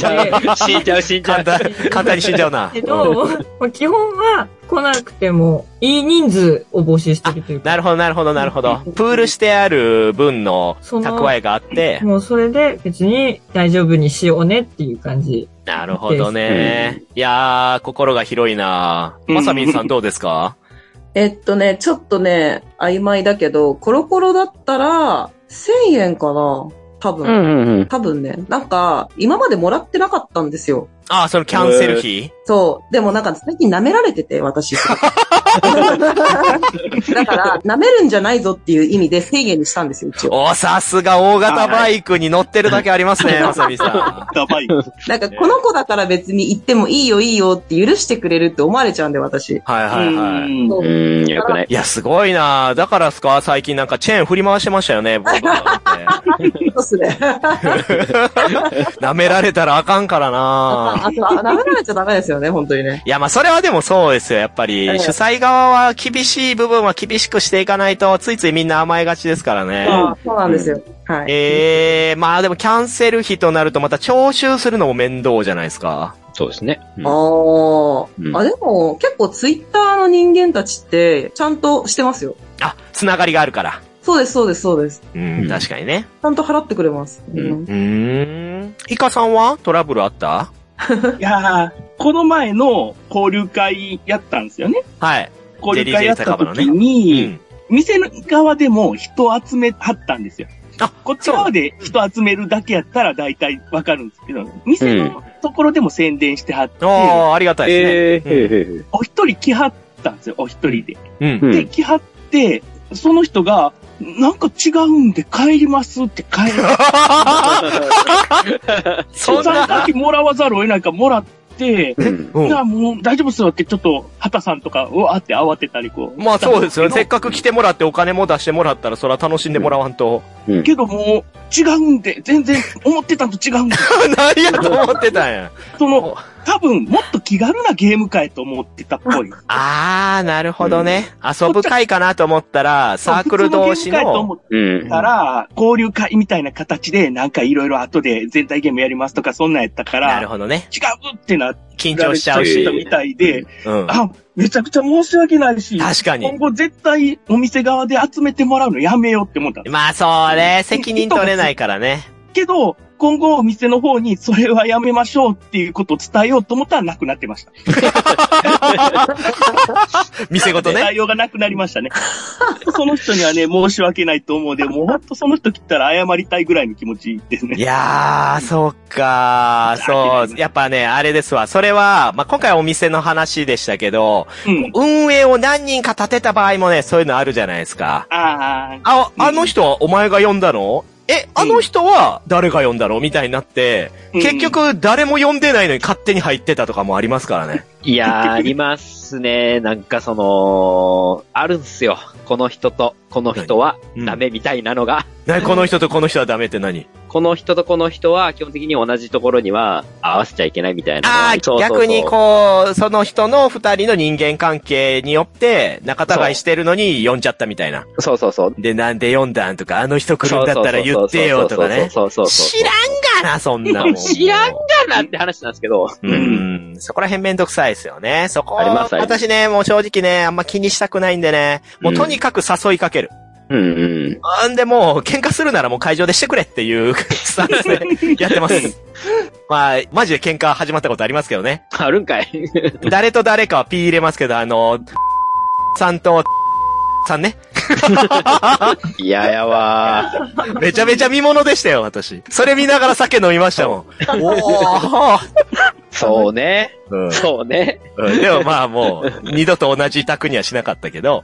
S5: 死んじゃう死んじゃ
S1: 簡
S5: う。
S1: 単、簡単に死んじゃうな。
S6: けど、まあ基本は来なくても、いい人数を募集してるというか。
S1: なるほど、なるほど、なるほど。プールしてある分の
S6: その
S1: 蓄えがあって、
S6: もうそれで別に大丈夫にしようねっていう感じ。
S1: なるほどね。いやー、心が広いなまさみんさんどうですか
S3: えっとね、ちょっとね、曖昧だけど、コロコロだったら、1000円かな多
S5: う
S3: 分。
S5: んうんうん。
S3: 多分ね。なんか、今までもらってなかったんですよ。
S1: あー、そのキャンセル費
S3: そう。でもなんか最近舐められて て、私。すごくだから、舐めるんじゃないぞっていう意味で制限にしたんですよ、一応。
S1: お、さすが大型バイクに乗ってるだけありますね、まさみんさ
S2: や ばい。
S3: なんか、この子だから別に行ってもいいよいいよって許してくれるって思われちゃうんで、私。
S1: ん。はいはいはい。
S2: うん
S5: うーん、よくない。
S1: いや、すごいなだからっすか最近なんかチェーン振り回してましたよね、僕 は。
S3: そうっすね。
S1: 舐められたらあかんからな
S3: あと、あ舐められちゃダメですよね、本当にね。
S1: いや、まあ、それはでもそうですよ、やっぱり。
S3: ええ
S1: 主催側は厳しい部分は厳しくしていかないと、ついついみんな甘えがちですからね。
S3: あそうなんですよ。はい。
S1: ええまあでもキャンセル費となるとまた徴収するのも面倒じゃないですか。
S5: そうですね。うん
S3: あー、
S5: うん
S3: あ、でも、結構ツイッターの人間たちって、ちゃんとしてますよ。
S1: あ、つながりがあるから。
S3: そうです、そうです、そうです。ち
S1: うん、
S5: うん
S1: 確かにね。
S3: ゃんと払ってくれます。
S5: うん
S1: うーん。イカさんはトラブルあった
S2: いやーこの前の交流会やったんですよね。
S1: はい。
S2: 交流会やった時
S1: う
S2: に、
S1: ん。
S2: 店の側でも人を集めはったんですよ。
S1: あ
S2: こっち側で人集めるだけやったら大体わかるんですけど、店のところでも宣伝してはって、
S1: おー、ありがたいで
S5: えー、へーへー
S2: お一人来はったんですよ、お一人で。
S1: すね。うん。
S5: うん
S2: で、来はって、その人が、なんか違うんで帰りますって帰る。
S1: そんな、
S2: だけもらわざるを得ないからもらって、
S5: うん
S1: うん
S2: じゃあもう大丈夫っすよってちょっと、畑さんとか、うわーって慌てたりこう。
S1: まあそうですよね。せっかく
S2: 来
S1: 来てもらってお金も出してもらったら、そら楽しんでもらわんと。
S5: うん
S2: けどもう、違うんで、全然思ってたんと違うんで。
S1: 何やと思ってたんや。
S2: そ
S1: お
S2: の、多分、もっと気軽なゲーム会と思ってたっぽい。
S1: あー、なるほどね。遊ぶ会かなと思った ら、 サークル同士
S2: 普通のゲーム会と思
S1: の、
S2: って
S5: うん。
S2: たら、交流会みたいな形で、なんかいろいろ後で全体ゲームやりますとか、そんなんやったか
S1: な
S2: ら、違
S1: るほどね。
S2: うってなって
S1: 緊張しちゃう
S5: 緊張し
S2: み
S1: し。
S2: たいで、
S1: うん。
S2: あ、めちゃくちゃ申し訳ないし、
S1: 確か
S2: 今
S1: に。
S2: 後絶対お店側で集めてもらうのやめようって思った。
S1: まあそうね、責任取れないから ね。
S2: けど、今後お店の方にそれはやめましょうっていうことを伝えようと思ったらなくなってました。
S1: 店ごとね。
S2: 対応がなくなりましたね。 その人にはね、申し訳ないと思うで、もうほん とその人来たら謝りたいぐらいの気持ちです
S1: い
S2: ね。
S1: やー、そうかー、そう。やっぱね、あれですわ。それは、まあ、今回お店の話でしたけど、
S2: うん。
S1: 運営を何人か立てた場合もね、そういうのあるじゃないですか。
S2: ああ、
S1: あ、
S2: うん
S1: あの人はお前が呼んだのえ、あの人は誰が呼んだのみたいになって、
S2: うん
S1: 結、局誰も呼んでないのに勝手に入ってたとかもありますからね。
S5: いやー、ありますね。なんかその、あるんすよ。この人と、この人は
S1: うん
S5: ダメみたいなのが。
S1: なこの人とこの人はダメって何
S5: この人とこの人は基本的に同じところには合わせちゃいけないみたいな。
S1: ああ、
S5: そうそうそう
S1: 逆にこう、その人の二人の人間関係によって仲違いしてるのに呼んじゃったみたいな。
S5: そうそうそう。
S1: で、なんで呼んだんとか、あの人来るんだったら言ってよとかね。
S5: そうそうそうそう
S1: 知らんがな、そんなもん。
S5: 知らんがなって話なんですけど。
S1: うん。そこら辺めんどくさいですよね。そこ、
S5: ありますあります
S1: 私ね、もう正直ね、あんま気にしたくないんでね、もうとにかく誘いかける。
S5: うんうん。
S1: あんでもう、喧嘩するならもう会場でしてくれっていう スタンスでやってます。まあ、マジで喧嘩始まったことありますけどね。
S5: あるんかい。
S1: 誰と誰かは P 入れますけど、あの、さんと、さんね。
S5: いややわー。
S1: めちゃめちゃ見物でしたよ、私。それ見ながら酒飲みましたもん。おー
S5: そうね。
S1: うん
S5: そうね。
S1: うんでもまあもう、二度と同じ宅にはしなかったけど。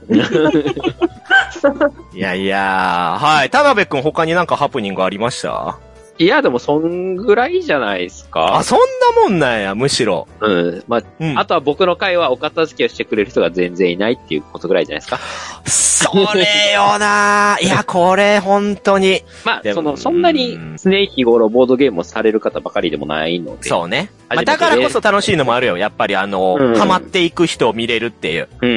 S1: いやいやはい。田辺くん他になんかハプニングありました
S5: いや、でもそんぐらいじゃないです
S1: あ、
S5: か。
S1: そんなもんなんや、むしろ。
S5: うん。まあ、
S1: うん。
S5: あとは僕の会はお片付けをしてくれる人が全然いないっていうことぐらいじゃないですか。
S1: それよないや、これ本当に。
S5: ま
S1: で
S5: あ、
S1: も
S5: その、そんな
S1: う
S5: に
S1: ん
S5: 常日頃ボードゲームをされる方ばかりでもないので。
S1: そうね。まあ
S5: 初めて
S1: だ
S5: で
S1: からこそ楽しいのもあるよ。やっぱりあの、
S5: うん
S1: ハマっていく人を見れるっていう。
S5: う。う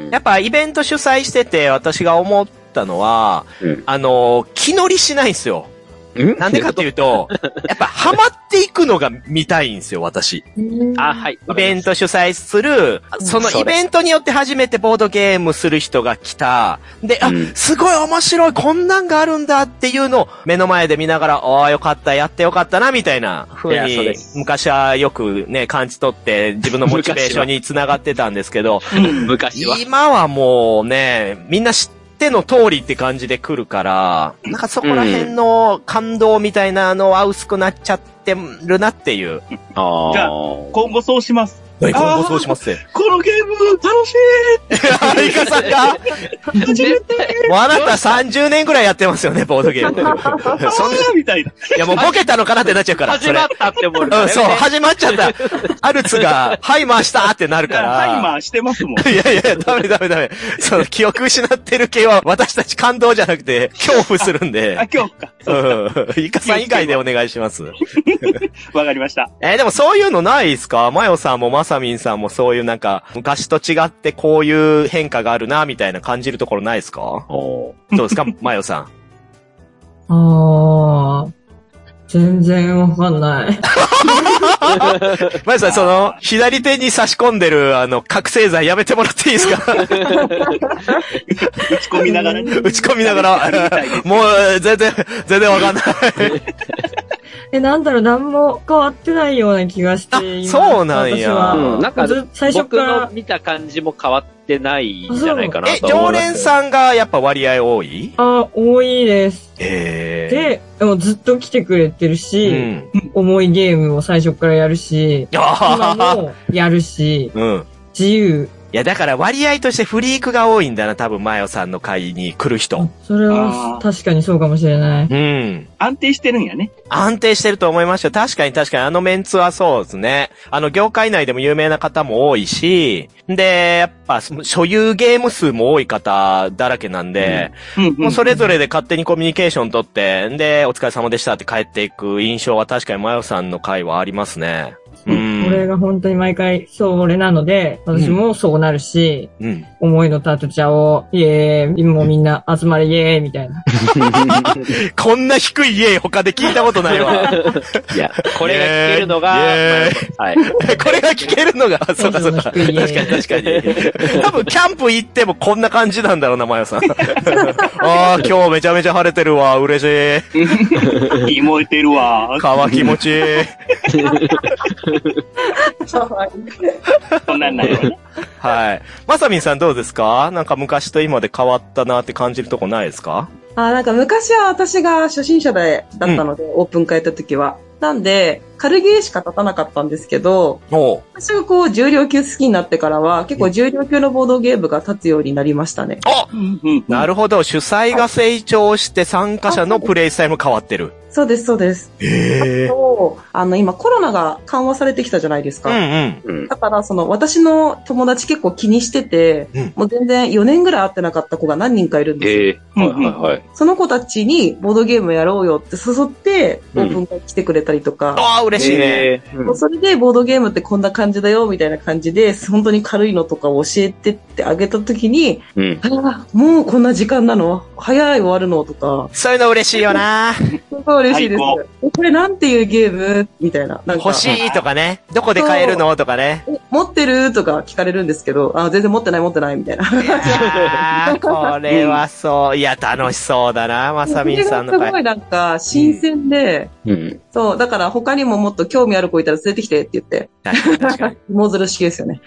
S5: んうん
S1: やっぱイベント主催してて私が思ったのは、
S5: うん
S1: あの、気乗りしないんすよ。
S5: うん。
S1: なんでかって
S5: いう
S1: いうと、やっぱハマっていくのが見たいんですよ、私。
S5: と。あ、はい。
S1: イベント主催する、そのイベントによって初めてボードゲームする人が来た。で、あ、
S5: うん
S1: すごい面白い、こんなんがあるんだっていうのを目の前で見ながら、ああ、よかった、やってよかったな、みたいない風
S5: やそう
S1: に
S5: です、
S1: 昔はよくね、感じ取って自分のモチベーションにつながってたんですけど、
S5: 昔は。
S1: 今はもうね、みんな知っての通りって感じで来るから、なんかそこら辺の感動みたいなのは薄くなっちゃってるなっていう。
S5: あ
S2: じゃあ
S5: ー
S2: 今後そうします。
S1: 何
S2: 今後そうします
S1: って。
S2: このゲーム楽し
S1: あ、イカさんか
S2: い初めて
S1: もうあなた30年ぐらいやってますよね、ボードゲー ム。そんな、
S2: あーみたいな。
S1: いやもうボケたのかなってなっちゃうから、そ
S5: 始
S1: れ
S5: ま。ったって思う、
S1: うん、そう、始まっちゃった。アルツが、ハイマーしたってなるか
S2: タイマ
S1: ら。
S2: ーしてますもん。
S1: いやいや、ダメダメダメ。その、記憶失ってる系は、私たち感動じゃなくて、恐怖するんで
S2: あ、。今日か。
S1: うん。イカさん以外でお願いします。
S2: わかりました。
S1: えーでもそういうのないですかマヨさんもマサミンさんもそういうなんか、昔と違ってこういう変化があるな、みたいな感じるところないですか
S5: おー
S1: どうですかマヨさん。
S6: ああ、全然わか んない。
S1: マヨさん、その、左手に差し込んでる、あの、覚醒剤やめてもらっていいですか
S2: 打ち込みながらね。
S1: 打ち込みながら。もう、全然、全然わかんない。
S6: え、なんだろう、何も変わってないような気がして。
S1: あそうなんや
S6: 私は
S5: うんなんか
S6: ず最初
S5: 僕
S6: か
S5: の
S6: ら。
S5: 見た感じも変わってないんじゃないかな
S1: え、
S5: と思
S1: 常
S5: います。
S1: 連さんがやっぱ割合多い
S6: あ、多いです。
S1: ええ
S6: で、でもずっと来てくれてる
S1: ー。
S6: し、重いゲームを最初からやるし、
S1: うん。あは
S6: 今
S1: はは。
S6: もやるし、
S1: うん。
S6: 自由
S1: いや、だから割合としてフリークが多いんだな、多分、マヨさんの会に来る人。
S6: それ
S2: あ
S6: は
S2: ー
S6: 確かにそうかもしれない。
S1: うん。
S2: 安定してるんやね。
S1: 安定してると思いますよ。確かに確かにあのメンツはそうですね。あの業界内でも有名な方も多いし、で、やっぱその所有ゲーム数も多い方だらけなんで、
S2: うんうん、
S1: もうそれぞれで勝手にコミュニケーション取って、で、お疲れ様でしたって帰っていく印象は確かにマヨさんの回はありますね。う
S6: これ
S1: ん。
S6: が本当に毎回それなので、私もそうなるし、
S1: うん。
S6: 思いのタトちゃを、イエーイ、もうみんな集まれイエーイみたいな。
S1: こんな低い家他で聞いたことない わ。
S5: いや、これが聞けるのが、
S1: イエ
S5: はい。
S1: これが聞けるのが、そうかそうか。確
S6: 低い家
S1: かに確かに。多分、キャンプ行ってもこんな感じなんだろうな、マヨ さん。ああ、今日めちゃめちゃ晴れてるわ、嬉しい。
S2: い燃えてるわ。
S1: 乾き持ちいい。
S2: そんなんないよね。
S1: はい。まさみんさんどうですかなんか昔と今で変わったなって感じるとこないですか
S3: あ、なんか昔は私が初心者でだったので、オープン会やった時は。なんで、軽ゲーしか立たなかったんですけど、
S1: おう
S3: 私がこう、重量級好きになってからは、結構重量級のボードゲームが立つようになりましたね。
S2: うん
S1: なるほど。主催が成長して参加者のプレイスタイルも変わってる。
S3: そうです、そうです。
S1: ええ。
S3: そうあの、今コロナが緩和されてきたじゃないです
S1: う
S3: か。
S1: んうん。
S5: うん。
S3: だから、その、私の友達結構気にしてて、
S1: うん
S3: もう全然4年ぐらい会ってなかった子が何人かいるんですよ。
S5: ええ
S2: うん
S5: は
S2: う
S5: い
S2: ん
S5: はいはい。
S3: その子たちにボードゲームやろうよって誘って、オ
S5: うん
S3: ープン会来てくれたりとか、
S1: ああ、嬉しいね。
S5: ええうん
S3: もうそれでボードゲームってこんな感じだよみたいな感じで、本当に軽いのとかを教えてってあげた時に、
S5: うん。
S3: あーもうこんな時間なの早い終わるのとか、
S1: そういうの嬉しいよな。
S3: すごい嬉しいです。
S2: 最
S3: えこれなんていうゲームみたいな。なんか
S1: 欲しいとかね。どこで買えるのとかね。
S3: え持ってるとか聞かれるんですけど、あ、全然持ってない持ってないみたいな。
S1: いやーこれはそう。いや、楽しそうだな、まさみんさんの
S3: それがすご
S1: 会。
S3: いなんか新鮮で、
S5: うん。
S3: そう、だから他にももっと興味ある子いたら連れてきてって言って、
S1: 確かに確かに。
S3: 芋づる式ですよね。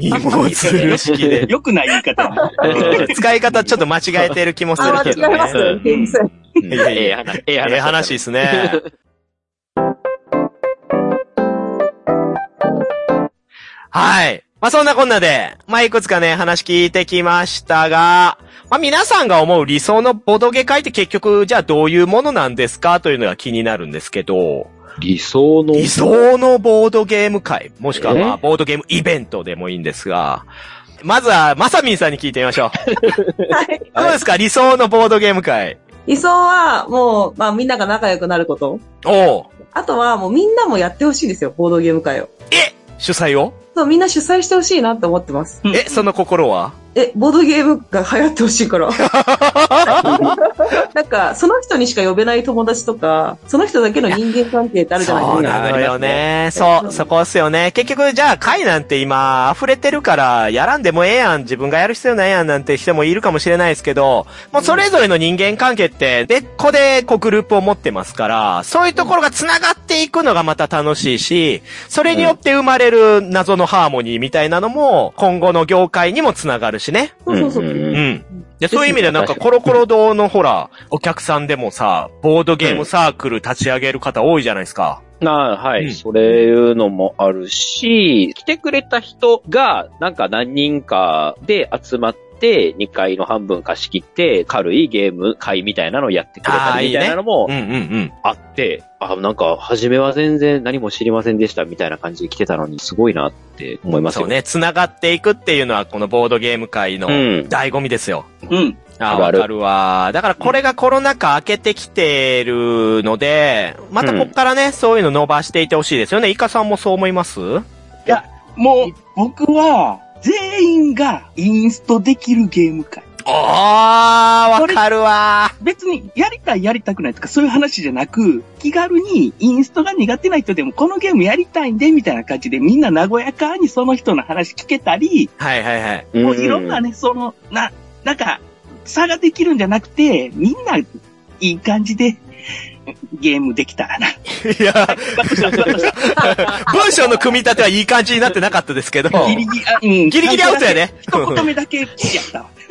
S1: 芋づる式 で。
S2: よくない言い方やな。
S1: 使い方ちょっと間違えてる気もする
S3: あ、間
S1: けど
S3: 違えます
S1: ね。
S3: ね。すいま
S5: うんええ話。ええ
S1: ええ話で。すね。はい。まあ、そんなこんなで、まあ、いくつかね、話聞いてきましたが、まあ、皆さんが思う理想のボドゲ会って結局、じゃあどういうものなんですかというのが気になるんですけど、
S5: 理想の。
S1: 理想のボードゲーム会、もしくはまあ、
S5: え
S1: ボードゲームイベントでもいいんですが、まずは、まさみんさんに聞いてみましょ。
S3: せんはいう
S1: どうですか理想のボードゲーム会。
S3: 理想は、もう、まあみんなが仲良くなること。
S1: おう
S3: あとは、もうみんなもやってほしいですよ、ボードゲーム会を。
S1: 主催を
S3: そう、みんな主催してほしいなって思ってます。
S1: え、その心は
S3: え、ボードゲームが流行ってほし いから。なんか、その人にしか呼べない友達とか、その人だけの人間関係ってあるじゃないで
S1: そう
S3: すか。
S1: なのよね。
S3: ますね
S1: そう、そこっすよね。結局、じゃあ、会なんて今、溢れてるから、やらんでもええやん、自分がやる必要ないやんなんて人もいるかもしれないですけど、もうそれぞれの人間関係って、別個で、こう、グループを持ってますから、そういうところが繋がっていくのがまた楽しいし、それによって生まれる謎のハーモニーみたいなのも、今後の業界にも繋がるしね。
S3: そうそうそう。
S5: んん
S1: う
S5: うん
S1: ん。で、そういう意味でなんかコロコロ堂のほら、お客さんでもさ、ボードゲームサークル立ち上げる方多いじゃないですか。
S5: なあ、は
S1: うん
S5: い。それいうのもあるし、来てくれた人が、なんか何人かで集まって、2階の半分貸し切って、軽いゲーム会みたいなのをやってくれ
S1: あ
S5: た
S1: ー
S5: りみたいなの
S1: う
S5: も
S1: んうんうん。
S5: あって、あなんか、初めは全然何も知りませんでしたみたいな感じで来てたのに、すごいなって思います
S1: そ
S5: よ
S1: う。ね、繋がっていくっていうのは、このボードゲーム界の
S5: うん。
S1: 醍醐味ですよ。
S2: うん。
S1: ああ、
S5: あ
S1: わ
S5: る
S1: かるわ。だからこれがコロナ禍明けてきてるので、またこっからね、そういうの伸ばしていってほしいですよね。イカさんもそう思います
S2: もう、僕は、全員がインストできるゲーム会。
S1: ああ、わかるわ。
S2: 別に、やりたいやりたくないとか、そういう話じゃなく、気軽にインストが苦手な人でも、このゲームやりたいんで、みたいな感じで、みんな和やかにその人の話聞けたり、
S1: はいはいはい。
S2: もういろんなね、その、な、なんか、差ができるんじゃなくて、みんな、いい感じで、ゲームできたら な。
S1: いや、
S2: ふわっとしたふわっとした
S1: 文章の組み立てはいい感じになってなかったですけど。
S2: ギリギリ、あう ん
S1: ギリギリアウトやね。
S2: 一言目だけやったわ。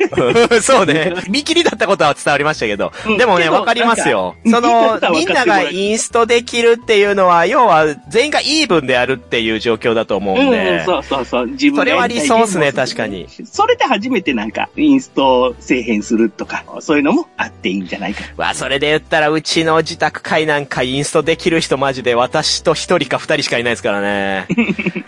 S1: そうね。見切りだったことは伝わりましたけど。
S2: うん
S1: でもね、
S2: けど
S1: わかりますよ。そ
S2: なんか
S1: の
S2: うん、
S1: みん
S2: 言いたいこと
S1: な
S2: は分かってもらえ
S1: が
S2: る
S1: インストできるっていうのは、要は全員がイーブンであるっていう状況だと思うん
S2: うん、うん
S1: で。
S2: そうそうそう。自分
S1: それは
S2: やりたい
S1: 理想っすね
S2: ゲームをる
S1: 確かに
S2: それで初めてなんか、インスト制変するとか、そういうのもあっていいんじゃな いか。
S1: わ、それで言ったら、うちの自宅会なんかインストできる人マジで私と一人か二人しかいないですから ね。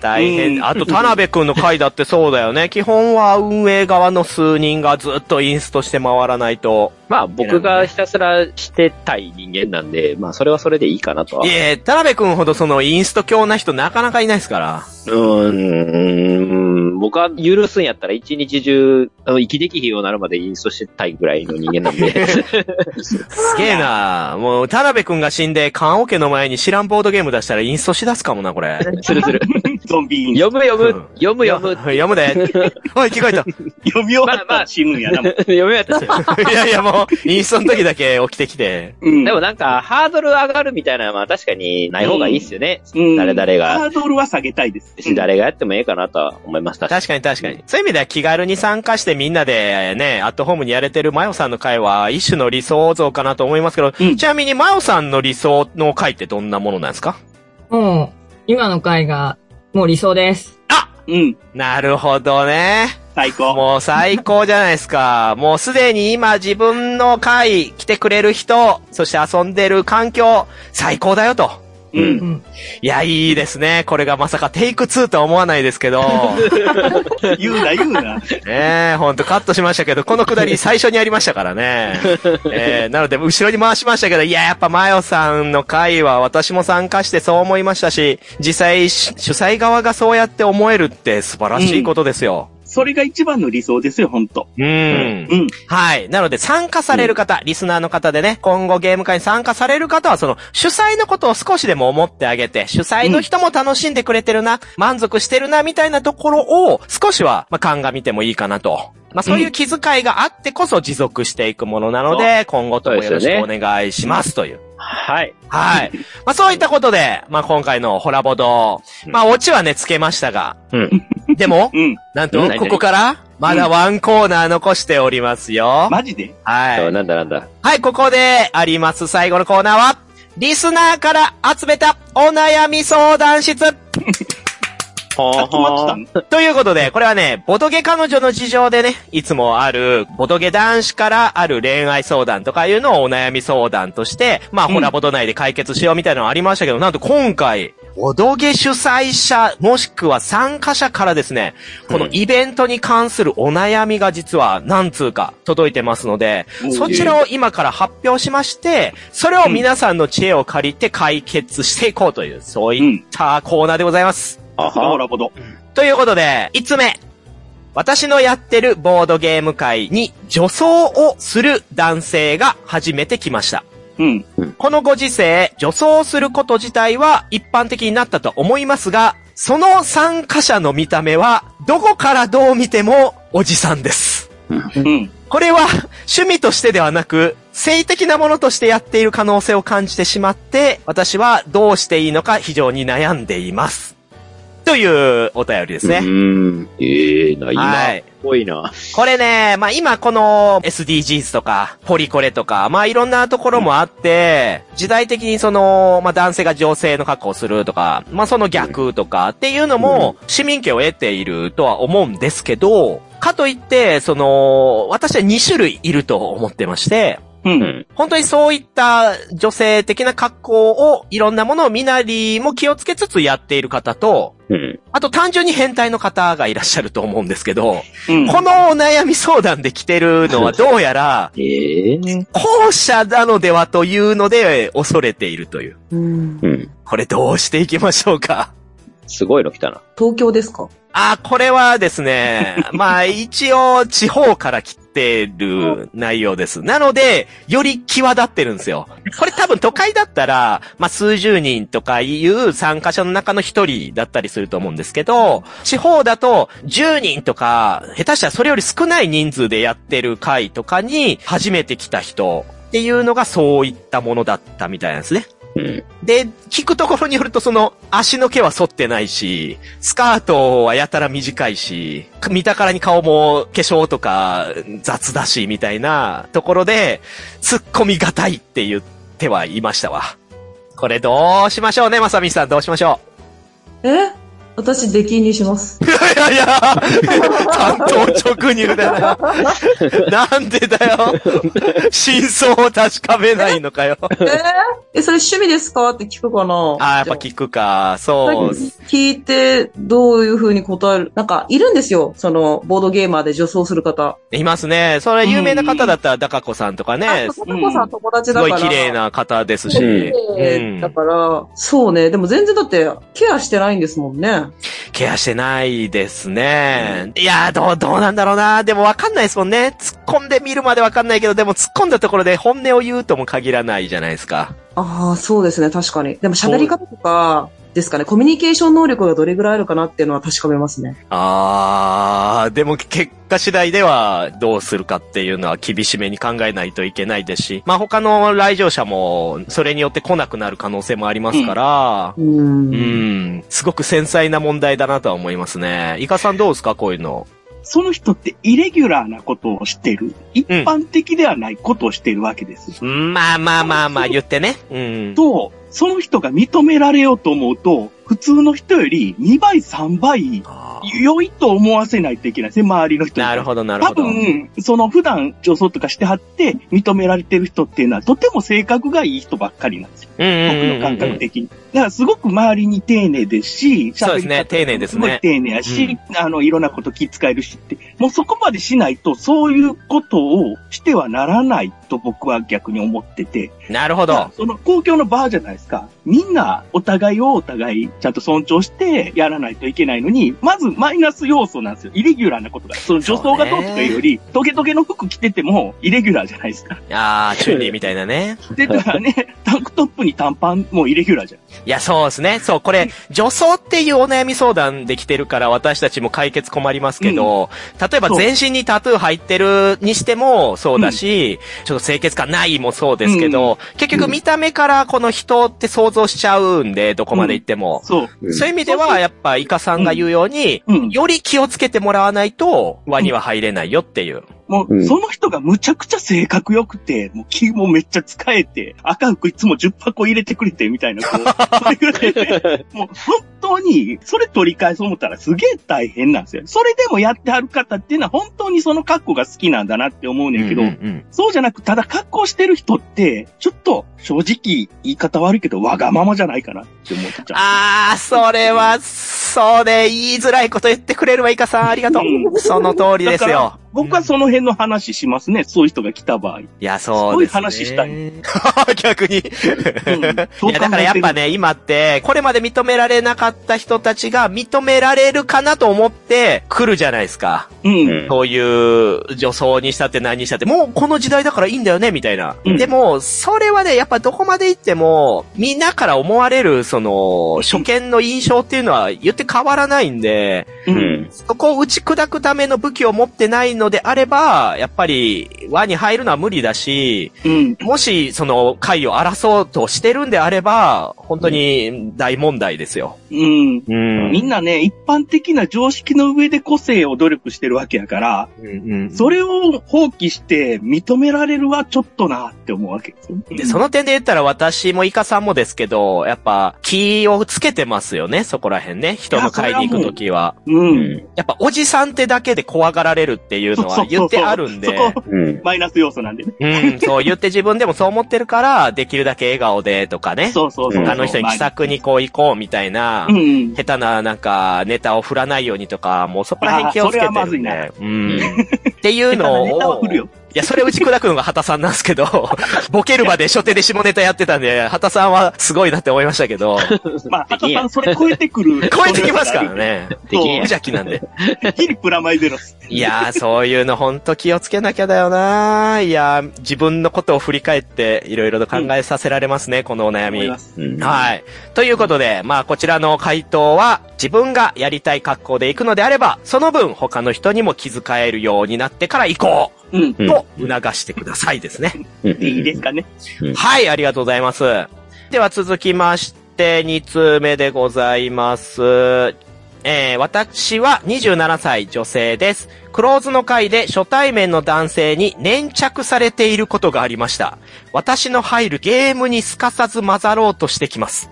S1: 大
S2: う
S1: 変。
S2: ん
S1: あと、田辺くんの会だってそうだよね。基本は運営側の数人がずっとインストして回らないと。。
S5: まあ僕がひたすらしてたい人間なんで、まあそれはそれでいいかなとはい
S1: え、田辺くんほどそのインスト教な人なかなかいないですから。
S5: うーん、僕は許すんやったら一日中、あの、息できひんようになるまでインストしてたいぐらいの人間なんで。
S1: すげえなもう、田辺くんが死んで、缶オケの前に知らんボードゲーム出したらインストしだすかもな、これ。
S5: するする。
S2: ゾンビインス
S5: 読む読む、読む
S1: 読
S5: 読
S1: む、
S5: む。
S1: 読むで。おい、着替 えた。
S2: ト。読み終わった
S5: まあま
S2: ら
S5: あ
S2: 死ぬんや な。
S5: 読むやったし。
S1: いやいや、もう、インストの時だけ起きてきて。
S2: うん
S5: でもなんか、ハードル上がるみたいなのはまあ確かにない方がいいっすよね。
S2: うん
S5: 誰々が
S2: ハードルは下げたいです。
S5: し誰がやってもええかなとは思いました。
S1: 確かに確かに。そういう意味では気軽に参加してみんなでね、アットホームにやれてるマヨさんの会は一種の理想像かなと思いますけど、
S2: うん
S1: ちなみにマヨさんの理想の会ってどんなものなんですか
S6: もう、今の回が、もう理想です。
S2: うん。
S1: なるほどね。
S2: 最 高。
S1: もう最高じゃないですか。もうすでに今自分の会来てくれる人、そして遊んでる環境、最高だよと。
S2: う。
S6: うんん。
S1: いや、いいですね。これがまさかテイク2とは思わないですけ ど。
S2: 言うな、言うな。
S1: ねえ、ほんとカットしましたけど、このくだり最初にありましたから ね。えーなので、後ろに回しましたけど、いや、やっぱマヨさんの会は私も参加してそう思いましたし、実際、し主催側がそうやって思えるって素晴らしいことですよ。
S2: それが一番の理想ですよ、ほんと。
S1: うん。
S2: うん。
S1: はい。なので、参加される方、リスナーの方でね、今後ゲーム会に参加される方は、その、主催のことを少しでも思ってあげて、主催の人も楽しんでくれてるな、満足してるな、みたいなところを、少しは、まあ、鑑みてもいいかなと。まあ、そういう気遣いがあってこそ持続していくものなので、今後ともよろしくお願いします、という。
S5: はい。
S1: はい。まあ、そういったことで、まあ、今回のホラボド、まあ、オチはね、つけましたが、
S5: うん。
S1: でも、
S2: うん。
S1: なん
S5: うん
S1: と、
S5: 何
S1: ここから、まだワンコーナー残しておりますよ。
S2: マジで
S1: はい。
S5: なんだなんだ。
S1: はい、ここであります最後のコーナーは、リスナーから集めたお悩み相談室
S5: ほ
S2: あ、止まってた
S5: ん。
S2: の
S1: ということで、これはね、ボトゲ彼女の事情でね、いつもある、ボトゲ男子からある恋愛相談とかいうのをお悩み相談として、まあ、
S2: うん
S1: ホラボト内で解決しようみたいなのありましたけど、なんと今回、ボトゲ主催者、もしくは参加者からですね、このイベントに関するお悩みが実は何通か届いてますので、そちらを今から発表しまして、それを皆さんの知恵を借りて解決していこうという、そういったコーナーでございます。
S5: あ
S2: ほ
S5: は。
S2: らほど。
S1: ということで、5つ目。私のやってるボードゲーム会に女装をする男性が初めて来ました。
S2: うん。
S1: このご時世、女装すること自体は一般的になったと思いますが、その参加者の見た目は、どこからどう見てもおじさんです。
S2: うん。
S1: これは趣味としてではなく、性的なものとしてやっている可能性を感じてしまって、私はどうしていいのか非常に悩んでいます。というお便りです
S5: う
S1: ね。
S5: ん。ええな、
S1: は
S5: 今っ
S1: い。
S5: ぽいな。
S1: これね、まあ今この SDGs とか、ポリコレとか、まあいろんなところもあって、時代的にその、まあ男性が女性の確保するとか、まあその逆とかっていうのも市民権を得ているとは思うんですけど、かといって、その、私は2種類いると思ってまして、
S2: うん。
S1: 本当にそういった女性的な格好を、いろんなものを見なりも気をつけつつやっている方と、
S5: うん。、
S1: あと単純に変態の方がいらっしゃると思うんですけど、
S2: うん。
S1: このお悩み相談で来てるのはどうやら
S5: ええ
S1: 後者なのではというので恐れているという。
S3: うん
S5: うん。
S1: これどうしていきましょうか
S5: すごいの来たな。
S3: 東京ですか
S1: あ、これはですね、まあ一応地方から来てる内容です。なので、より際立ってるんですよ。これ多分都会だったら、まあ数十人とかいう参加者の中の一人だったりすると思うんですけど、地方だと10人とか、下手したらそれより少ない人数でやってる会とかに初めて来た人っていうのがそういったものだったみたいなんですね。
S5: うん。
S1: で、聞くところによると、その、足の毛は剃ってないし、スカートはやたら短いし、見たからに顔も化粧とか雑だし、みたいなところで、突っ込みがたいって言ってはいましたわ。これどうしましょうね、まさみさん、どうしましょ
S3: え私、出禁にします。
S1: う。いやいや、担当直入だよ。なんでだよ。真相を確かめないのかよ。
S3: えー え、それ趣味ですかって聞くかな
S1: ああ、やっぱ聞くか。そう。
S3: 聞いて、どういう風に答えるなんか、いるんですよ。その、ボードゲーマーで女装する方。
S1: いますね。それ有名な方だったら、ダカ子さんとかね
S3: あ、、そこさん友達
S1: す
S3: だか
S1: ご
S3: ら。
S1: い綺麗な方ですし。うん
S3: だから、そうね。でも全然だって、ケアしてないんですもんね。
S1: ケアしてないですね。いやー、どう、どうなんだろうな。でもわかんないですもんね。突っ込んでみるまでわかんないけど、でも突っ込んだところで本音を言うとも限らないじゃないですか。
S3: ああ、そうですね。確かに。でも喋り方とか、ですかね。コミュニケーション能力がどれぐらいあるかなっていうのは確かめますね。
S1: あー、でも結果次第ではどうするかっていうのは厳しめに考えないといけないですし、まあ他の来場者もそれによって来なくなる可能性もありますから、
S3: うーん。
S1: うん、すごく繊細な問題だなとは思いますね。イカさんどうですかこういうの。
S2: その人ってイレギュラーなことをしてる。一般的ではないことをしてるわけです。
S1: まあまあまあまあ言ってね。うん。
S2: と、その人が認められようと思うと、普通の人より2倍、3倍、
S1: あー
S2: 良いと思わせないといけないですね、周りの人に
S1: なるほど、なる
S2: 多
S1: ほど。
S2: 分、その普段女装とかしてはって認められてる人っていうのはとても性格がいい人ばっかりなんですよ。
S1: うんうん
S2: 僕
S1: うんう
S2: の
S1: ん
S2: 感覚的に。だからすごく周りに丁寧ですし、
S1: そうですね
S2: 喋り方とかも
S1: 丁寧ですね
S2: ごい丁寧やし、あの、いろんなこと気遣えるしって、もうそこまでしないとそういうことをしてはならないと僕は逆に思ってて、
S1: なるほ
S2: まあ
S1: ど。
S2: その公共の場じゃないですか。みんなお互いをお互いちゃんと尊重してやらないといけないのに、まずマイナス要素なんですよ。イレギュラーなことが。その女装がどうとかいうより、トゲトゲの服着ててもイレギュラーじゃな いですか。
S1: あー、チューリーみたいな ね。
S2: で、だからね、タンクトップに短パンもイレギュラーじゃん。
S1: いや、そうですね。そう、これ、女装っていうお悩み相談できてるから、私たちも解決困りますけど、例えば
S2: そう
S1: 全身にタトゥー入ってるにしてもそうだし、ちょっと清潔感ないもそうですけど、結局見た目からこの人って想像しちゃうんで、どこまで行っても。
S2: そう。
S5: うん
S1: そういう意味では、やっぱ、イカさんが言うように、
S2: うん。
S1: より気をつけてもらわないと、輪には入れないよっていう。
S2: も
S5: う
S2: う、
S5: ん
S2: その人がむちゃくちゃ性格良くて、もう気もめっちゃ使えて、赤服いつも10箱入れてくれて、みたいな、こう、 それぐらいで、もう本当に、それ取り返そう思ったらすげえ大変なんですよ。それでもやってはる方っていうのは本当にその格好が好きなんだなって思うねんけど、
S1: うんうん
S2: そうじゃなく、ただ格好してる人って、ちょっと正直言い方悪いけど、わがままじゃないかなって思っちゃう。
S1: あー、それは、そうね、言いづらいこと言ってくれるわ、イカさん、ありがと
S2: う
S1: う。その通りです
S2: だ
S1: よ
S2: か。僕はその辺の話しますね、そういう人が来た場合。うん。
S1: いや、そうです、ね。
S2: すごい話したい。
S1: 逆に。
S2: そう考えてる
S1: いや、だからやっぱね、今って、これまで認められなかった人たちが認められるかなと思って来るじゃないですか。
S2: うん。
S5: うん
S1: そういう女装にしたって何にしたって、もうこの時代だからいいんだよね、みたいな。
S2: うん
S1: でも、それはね、やっぱどこまで行っても、みんなから思われる、その、初見の印象っていうのは言って変わらないんで、
S2: う。
S5: うんん。
S1: そこを打ち砕くための武器を持ってないのであれば、やっぱり輪に入るのは無理だし、
S2: うん。
S1: もし、その、会を争おうとしてるんであれば、本当に大問題ですよ。
S2: うん。
S1: う
S2: みんなね、一般的な常識の上で個性を努力してるわけやから、
S1: うん
S2: それを放棄して認められるはちょっとなって思うわけですよ。
S1: で、その点で言ったら私もイカさんもですけど、やっぱ気をつけてますよね、そこら辺ね。人の会に行くときは。
S2: う。
S5: うんん。
S1: やっぱおじさんってだけで怖がられるっていうの
S2: そ
S1: は
S2: うそうそ
S1: 言
S2: う
S1: ってあるんで。
S2: そこ、
S5: うん。
S2: マイナス要素なんでね。
S1: うん、そう言って自分でもそう思ってるから、できるだけ笑顔でとかね。
S2: そうそうそう。
S1: 他の人に気さくにこう行こうみたいな
S2: う。ん。
S1: 下手な、なんか、ネタを振らないようにとか、もうそこら辺気をつけてるんで。
S2: あーそれはま
S1: うん。っていうのを。
S2: ネタは振るよ。
S1: いや、それ打ち砕くのが畑さんなんですけど、 ボケる場で初手で下ネタやってたんで、畑さんはすごいなって思いましたけ ど、
S2: まあ、畑さんそれ超えてくる。
S1: 超えてきますから。 ね。
S5: できん
S1: 無
S5: や
S1: 邪気なんで。
S2: ギリプラマイゼロっす。
S1: いやー、そういうのほんと気をつけなきゃだよなー。いやー、自分のことを振り返って、いろいろと考えさせられますね、このお悩
S2: 思
S1: み
S2: いま。す。
S5: うん。
S1: はい。ということで、まあこちらの回答は、自分がやりたい格好で行くのであれば、その分他の人にも気遣えるようになってから行こ
S2: うん。
S1: うと促してくださいですね。
S5: うん
S2: いいですかね。
S1: はい、ありがとうございます。では続きまして、2通目でございます。えー、私は27歳女性です。クローズの会で初対面の男性に粘着されていることがありました。私の入るゲームにすかさず混ざろうとしてきます。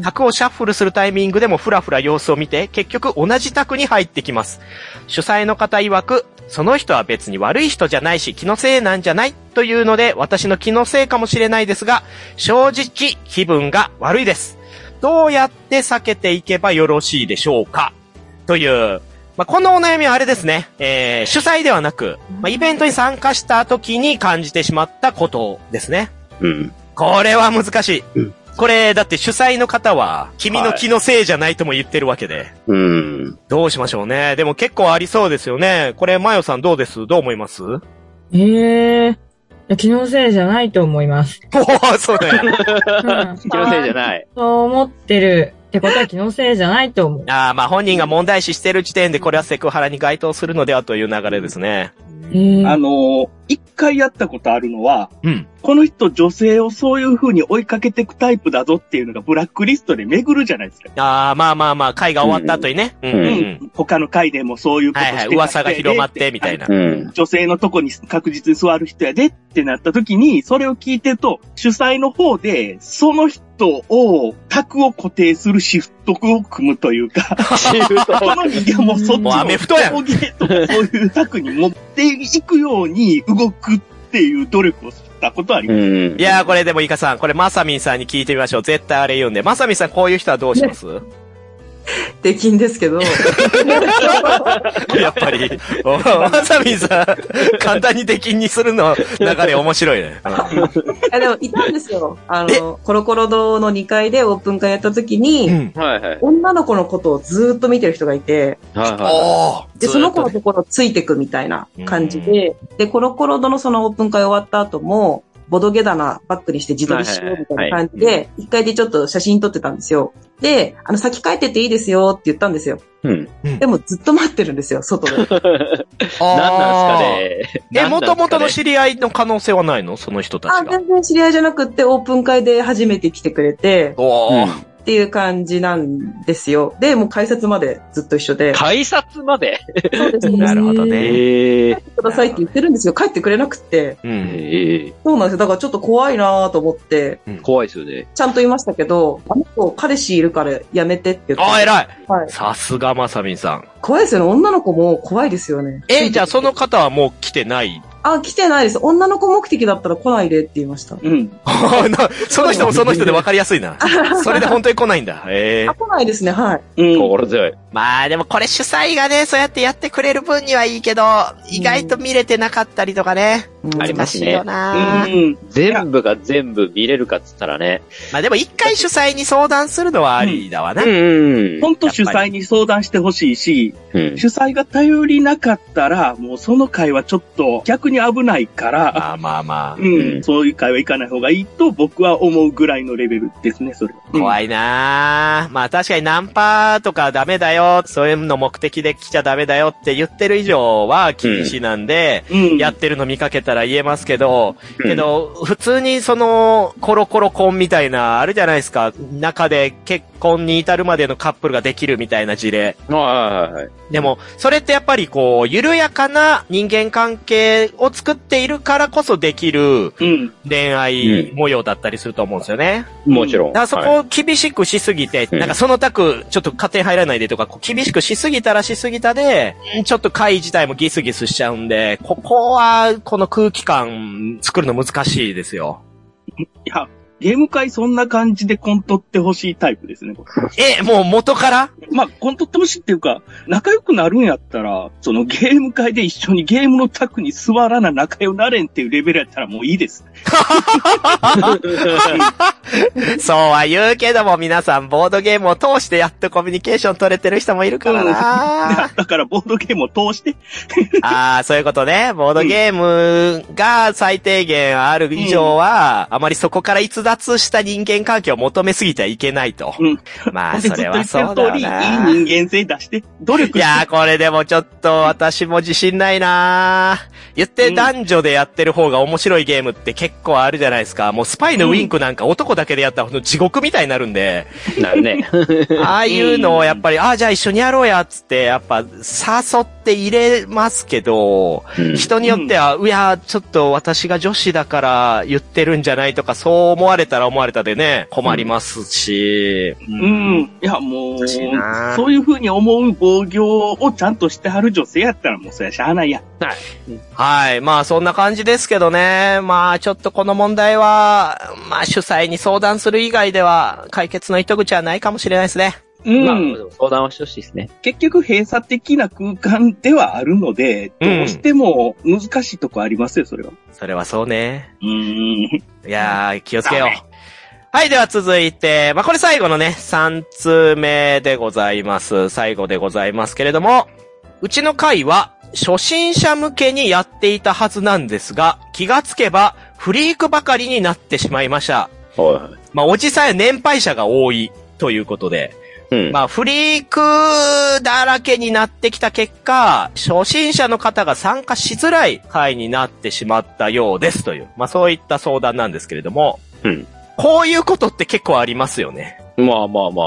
S1: 卓をシャッフルするタイミングでもふらふら様子を見て、結局同じ卓に入ってきます。主催の方曰く、その人は別に悪い人じゃないし気のせいなんじゃないというので、私の気のせいかもしれないですが、正直気分が悪いです。どうやって避けていけばよろしいでしょうかという、まあ、このお悩みはあれですね、えー、主催ではなく、まあ、イベントに参加した時に感じてしまったことですね。
S5: うん。
S1: これは難しい。
S5: うん
S1: これ、だって主催の方は、君の気のせいじゃないとも言ってるわけで。
S5: うん。
S1: どうしましょうね。でも結構ありそうですよね。これ、マヨさんどうですどう思いますお
S6: ええー。気のせいじゃないと思います。
S1: ー そうだよ。
S6: うん
S5: 気のせいじゃない。
S6: そう思ってるってことは気のせいじゃないと思う。
S1: ああ、まあ本人が問題視してる時点でこれはセクハラに該当するのではという流れですね。
S6: えー
S2: あのー一回やったことあるのは、
S1: うん。
S2: この人女性をそういう風に追いかけていくタイプだぞっていうのがブラックリストで巡るじゃないですか。
S1: ああ、まあまあまあ、会が終わった後にね。うんうん
S5: う
S1: うんん。
S2: 他の回でもそういうことし
S1: は
S2: て
S1: い
S2: た
S1: はい。
S2: って
S1: 噂が広まって、みたいな。
S5: うん。
S2: 女性のとこに確実に座る人やでってなった時に、それを聞いてると、主催の方で、その人を、卓を固定するシフトを組むとい うか、その人間もそっち
S1: もうアメフトやん
S2: 上下とかそういう卓に持っていくように動くっていう努力をしたことはあり
S5: う
S2: ます。
S5: ん。
S1: いやー、これでもイカさん、これマサミンさんに聞いてみましょう。絶対あれ言うんで。マサミンさん、こういう人はどうします
S3: できんです けど。
S1: やっぱり。おマサミンさん、簡単に出禁にするの流れ面白いね。
S3: あでも、いたんですよ。あの、コロコロ堂の2階でオープン会やった時 に、
S1: うん。
S5: はいはい。
S3: 女の子のことをずーっと見てる人がいて、
S5: はいは
S1: おー
S3: で、その子の
S1: ずーっ
S3: ところついてくみたいな感じで、で、コロコロのそのオープン会終わった後も、ボドゲ棚バックにして自撮りしようみたいな感じ
S5: はい
S3: で、一回でちょっと写真撮ってたんですよ。で、あの、先帰ってていいですよって言ったんですよ。
S5: い。 うん。
S3: でもずっと待ってるんですよ、外 で。
S1: と
S5: 何なんすかね。
S1: え、もともとの
S5: 知
S1: 知り合いの可能性はないのその人た
S3: あ、
S1: ちが。
S3: 全然知り合いじゃなくって、オープン会で初めて来てくれて、
S1: おー
S3: っていう感じなんですよ。で、もう改札までずっと一緒で。
S5: 改札まで。
S3: そうです
S1: なるほどね。
S5: ええ。
S3: くださいって言ってるんですよ。帰ってくれなくって。
S1: うん。
S5: ええ。
S3: そうなんですよ。だからちょっと怖いなと思って、
S5: 怖いですよね。
S3: ちゃんと言いましたけど、あの子、彼氏いるからやめてって言って。
S1: あ、偉い
S3: はい。
S1: さすがまさみんさん。
S3: 怖いですよね。女の子も怖いですよね。
S1: え、じゃあその方はもう来てない
S3: あ、来てないです。女の子目的だったら来ないでって言いました。
S2: うん。
S1: なその人もその人で分かりやすい な。それで本当に来ないんだ。ええ
S3: あ、来ないですね。はい。
S2: うん。
S5: 心強い。
S1: まあでもこれ主催がね、そうやってやってくれる分にはいいけど、意外と見れてなかったりとかね。
S5: あり
S1: 難
S5: ます
S1: し
S5: ね
S1: いよな、
S2: うん。
S5: 全部が全部見れるかっつったらね。
S1: まあでも一回主催に相談するのはありだわな。
S5: ん
S2: 本当主催に相談してほしいし、
S5: うん。
S2: 主催が頼りなかったら、もうその会はちょっと逆に危ないから、
S1: まあまあまあ。
S2: う、
S5: うんん
S2: そういう会は行かない方がいいと僕は思うぐらいのレベルですね、それは。
S1: 怖いなぁ。まあ確かにナンパとかダメだよ、そういうの目的で来ちゃダメだよって言ってる以上は禁止なんで、
S2: うん。
S1: やってるの見かけたら言えますけど、
S5: うん
S1: けど、普通にその、コロコロ婚みたいな、あるじゃないですか、中で結婚に至るまでのカップルができるみたいな事例。
S5: はいはいはい。
S1: でも、それってやっぱりこう、緩やかな人間関係を作っているからこそできる
S2: うん。
S1: 恋愛模様だったりすると思うんですよね。
S5: もちろん。
S1: だからそこを厳しくしすぎて、
S5: うん
S1: なんかそのタク、ちょっと家庭入らないでとか、こう厳しくしすぎたらしすぎたで、うんちょっと会自体もギスギスしちゃうんで、ここは、この空気感作るの難しいですよ。
S2: いや、ゲーム会そんな感じでコントってほしいタイプですね。僕
S1: え、もう元から
S2: まあ、コントってほしいっていうか、仲良くなるんやったら、そのゲーム会で一緒にゲームの卓に座らな仲良くなれんっていうレベルやったらもうい いです。
S1: そうは言うけども皆さんボードゲームを通してやっとコミュニケーション取れてる人もいるからな。
S2: だからボードゲームを通して、
S1: ああ、そういうことね。ボードゲームが最低限ある以上は、あまりそこから逸脱脱した人間関係を求めすぎてはいけないと。
S2: うん
S1: まあ、
S2: ずっ
S1: そ
S2: と
S1: れ
S2: 言っ
S1: は
S2: てる
S1: そうだ
S2: 通
S1: よ
S2: り、いい
S1: な。
S2: 人間性出して、努力
S1: い
S2: し
S1: やー、
S2: て。
S1: これでもちょっと私も自信ないなー言って
S2: うん
S1: 男女でやってる方が面白いゲームって結構あるじゃないですか。もうスパイのウィンクなんか男だけでやったらほんと地獄みたいになるんで、
S5: なるね。
S1: ああいうのをやっぱり、ああ、じゃあ一緒にやろうや、っつって、やっぱ誘って入れますけど、
S5: うん
S1: 人によっては、いやー、ちょっと私が女子だから言ってるんじゃないとか、そう思われたら思われたでね、困りますし。う
S2: うん。いや、もう、
S1: 難しいな
S2: そういうふうに思う防御をちゃんとしてはる女性やったら、もうそりゃしゃあないや。
S1: はい。まあ、そんな感じですけどね。まあ、ちょっとこの問題は、まあ、主催に相談する以外では、解決の糸口はないかもしれないですね。
S2: う
S5: まあ、でも相談はしてほしいですね。
S2: 結局閉鎖的な空間ではあるので、
S1: うん
S2: どうしても難しいとこありますよ、それは。
S1: それはそうね。
S2: うん。
S1: いやー、気をつけよう。はい、では続いて、まあ、これ最後のね、3通目でございます。最後でございますけれども、うちの会は、初心者向けにやっていたはずなんですが、気がつけば、フリークばかりになってしまいました。
S5: は
S1: まあ、おじさんや年配者が多い、ということで。
S5: い。 うん。
S1: まあ、フリークだらけになってきた結果、初心者の方が参加しづらい会になってしまったようですという、まあそういった相談なんですけれども、
S5: うん
S1: こういうことって結構ありますよね。
S5: まあまあま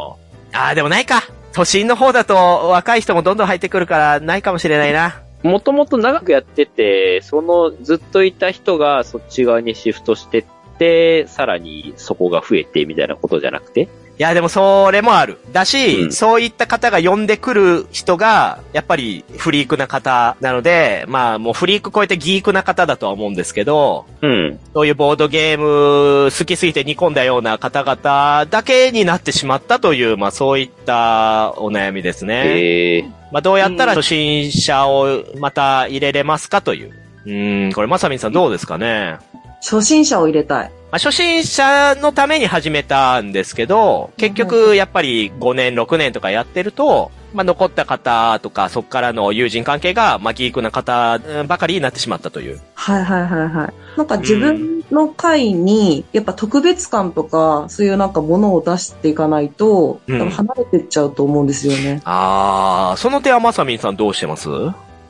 S5: あ。
S1: ああ、でもないか。都心の方だと若い人もどんどん入ってくるからないかもしれないな。
S5: もともと長くやってて、そのずっといた人がそっち側にシフトしてって、さらにそこが増えてみたいなことじゃなくて。
S1: いや、でもそれもある。だし、
S5: うん
S1: そういった方が呼んでくる人が、やっぱりフリークな方なので、まあもうフリーク超えてギークな方だとは思うんですけど、
S5: うん。
S1: そういうボードゲーム好きすぎて煮込んだような方々だけになってしまったという、まあそういったお悩みですね。
S5: ええ
S1: まあどうやったら初心者をまた入れれますかという。うん、これまさみんさんどうですかね。
S3: 初心者を入れたい。
S1: まあ、初心者のために始めたんですけど、結局、やっぱり5年、6年とかやってると、まあ、残った方とか、そこからの友人関係が、まあ、ギークな方うんばかりになってしまったという。
S3: はいはいはいはい。なんか自分の会に、やっぱ特別感とか、そういうなんかものを出していかないと、
S1: うん
S3: 多分離れてっちゃうと思うんですよね。
S1: あー、その点はまさみんさんどうしてます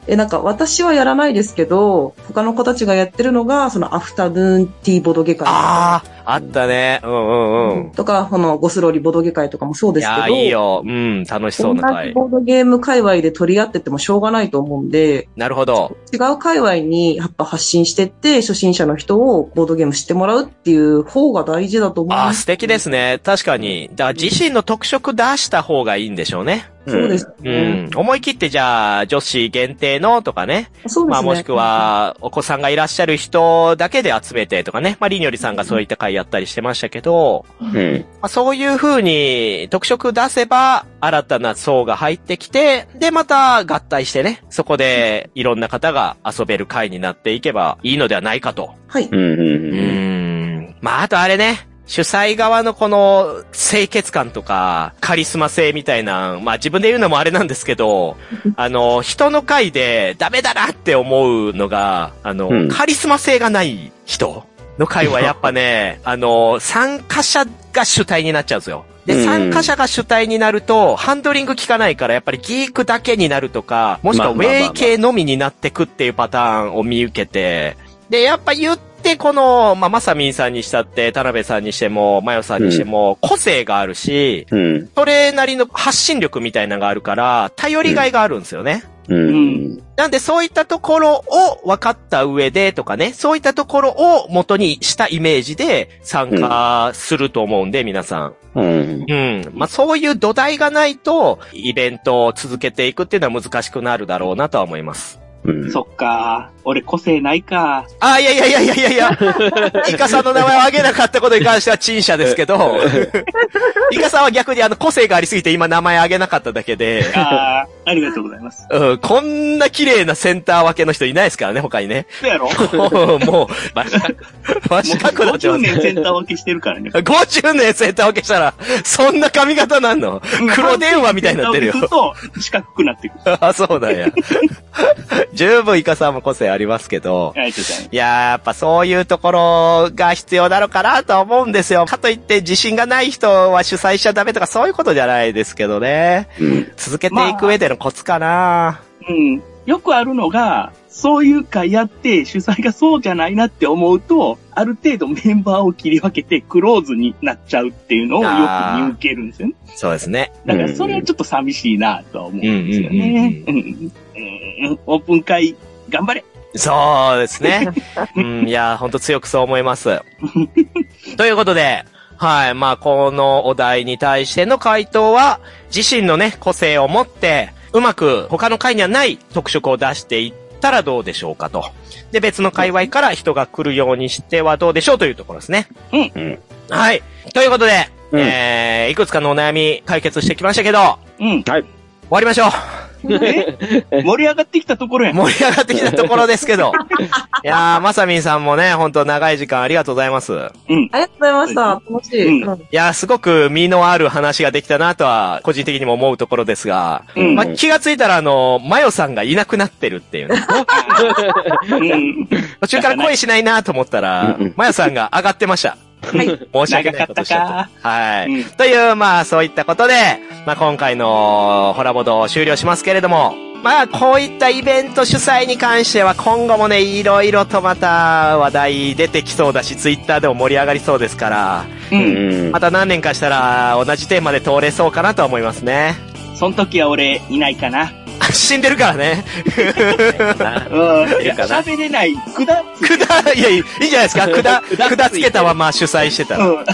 S3: え、なんか私はやらないですけど、他の子たちがやってるのが、そのアフタヌーンティーボドゲ会。
S1: あー、あったね。うんうんうん。
S3: とか、このゴスロリボドゲ会とかもそう
S1: い
S3: です
S1: やー
S3: けど、
S1: いいよ。うん、楽しそうな
S3: 同じ
S1: 回。
S3: ボードゲーム界隈で取り合っててもしょうがないと思うんで、
S1: なるほど。
S3: 違う界隈にやっぱ発信してって、初心者の人をボードゲーム知ってもらうっていう方が大事だと思い
S1: あー、
S3: ます。
S1: 素敵ですね。確かに。だから自身の特色出した方がいいんでしょうね。
S3: そうです
S1: う
S3: ね。
S1: ん。思い切ってじゃあ、女子限定のとかね。
S3: そうですね。
S1: まあもしく、は、お子さんがいらっしゃる人だけで集めてとかね。まありにょりさんがそういった会やったりしてましたけど、
S5: うん。
S1: まあそういう風に特色出せば、新たな層が入ってきて、でまた合体してね、そこでいろんな方が遊べる会になっていけばいいのではないかと。
S3: はい。
S5: うん。うん。
S1: う
S5: うん。
S1: ーん。まああとあれね。主催側のこの清潔感とかカリスマ性みたいな、まあ自分で言うのもあれなんですけ ど、あの、人の会でダメだなって思うのが、あの、
S5: うん
S1: カリスマ性がない人の会はやっぱ ね、あの、参加者が主体になっちゃうんですよ。
S5: う
S1: で、
S5: ん
S1: 参加者が主体になると、ハンドリング効かないから、やっぱりギークだけになるとか、もしくはウ
S5: まあまあまあま
S1: ェ
S5: あ
S1: イ系のみになってくっていうパターンを見受けて、で、やっぱ言って、この、まあ、まさみんさんにしたって、田辺さんにしても、まよさんにしても、個性があるし、
S5: うん。
S1: それなりの発信力みたいなのがあるから、頼りがいがあるんですよね。
S5: うん。
S1: なんで、そういったところを分かった上でとかね、そういったところを元にしたイメージで参加すると思うんで、皆さん。
S5: うん。
S1: うん。まあ、そういう土台がないと、イベントを続けていくっていうのは難しくなるだろうなとは思います。
S5: うん。
S2: そっか。俺個性ない か。
S1: あ、いやいやいやいやいやいや。イカさんの名前を挙げなかったことに関しては陳謝ですけど、イカさんは逆にあの個性がありすぎて今名前挙げなかっただけで、
S2: あーありがとうございます。
S1: うん、こんな綺麗なセンター分けの人いないですからね、他にね。
S2: そう やろもう
S1: もう、もう、真四角、真四角になってま
S2: 50
S1: すね
S2: 年センター分けしてるからね。
S1: 50年センター分けしたら、そんな髪型なんの 黒電話みたいに なってるよ
S2: センター分けすると四角くなってくる。
S1: あ、そうなんや。十分イカさんも個性あありますけど、
S2: ありがとうございます。
S1: いやー、やっぱそういうところが必要なのかなとは思うんですよ。かといって自信がない人は主催しちゃダメとかそういうことじゃないですけどね。
S5: うん。
S1: 続けていく上でのコツかな、
S2: うん。よくあるのが、そういう会やって主催がそうじゃないなって思うと、ある程度メンバーを切り分けてクローズになっちゃうっていうのをよく見受けるんですよね。
S1: そうですね。
S2: だからそれはちょっと寂しいなとは思うんですよね。うんうんオープン会頑張れ
S1: そうです ね。うん、いやー、ほんと強くそう思います。ということで、はい、まあ、このお題に対しての回答は、自身のね、個性を持って、うまく他の回にはない特色を出していったらどうでしょうかと。で、別の界隈から人が来るようにしてはどうでしょうというところですね。
S2: うん
S5: うん。
S1: はい。ということで、
S5: うん
S1: えー、いくつかのお悩み解決してきましたけど、終
S2: うん。
S1: わりましょう。
S2: ね盛り上がってきたところやん。
S1: 盛り上がってきたところですけど。いやー、まさみんさんもね、ほんと長い時間ありがとうございます。い
S2: うん。
S3: ありがとうございました。楽しい。
S2: うん
S3: うん
S1: やー、すごく身のある話ができたなとは、個人的にも思うところですが、
S2: うん
S1: まあ、気がついたら、あの、マヨさんがいなくなってるっていうね。
S2: うん。
S1: 途中から声しないなと思ったら
S5: うんうん、
S1: マヨさんが上がってました。はい。申し訳ないことしちゃ
S2: 長か
S1: った。はい。
S2: うん
S1: という、まあ、そういったことで、まあ、今回のホラボドを終了しますけれども、まあ、こういったイベント主催に関しては、今後もね、いろいろとまた話題出てきそうだし、ツイッターでも盛り上がりそうですから、
S2: う。
S5: うん ん
S1: ま。た何年かしたら、同じテーマで通れそうかなとは思いますね。
S2: その時は俺いないかな。
S1: 死んでるからね。
S2: うん。喋れない。くだつ。
S1: くだ、いや、いいいいんじゃないですか。 くだ、くだつけたまま主催してたら。
S2: うん。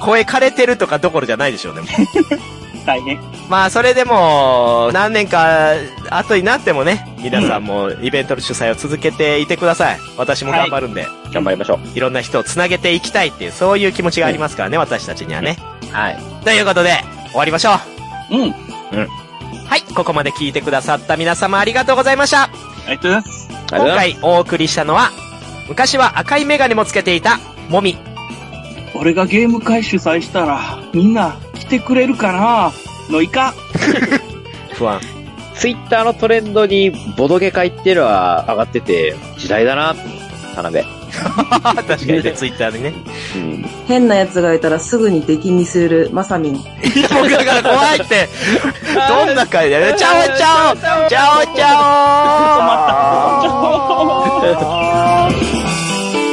S1: 声枯れてるとかどころじゃないでしょうね。
S2: 大変。
S1: まあ、それでも、何年か後になってもね、皆さんもイベントの主催を続けていてください。私も頑張るんで、
S5: 頑張りましょう。
S1: い、ろんな人を繋げていきたいっていう、そういう気持ちがありますからね、私たちにはね。はい。ということで、終わりましょう。
S2: うん。
S1: はい、ここまで聞いてくださった皆様ありがとうございました。
S2: ありがとうございます。
S5: ありがとう
S1: 今
S5: ござい
S1: 回お送りしたのは、昔は赤いメガネもつけていた、もみ。
S2: 俺がゲーム会主催したら、みんな来てくれるかなのいか。
S1: 不安。
S5: ます。ツイッターのトレンドにボドゲ会っていうのは上がってて、時代だな、田辺。
S1: 確かにね、ツイッターでね。
S5: うん。
S3: 変な奴がいたらすぐに敵にする、まさみん。
S1: いや、僕だから怖い って。どんな回だよ。ちゃおちゃ おちゃおちゃお
S2: ちょっと待った。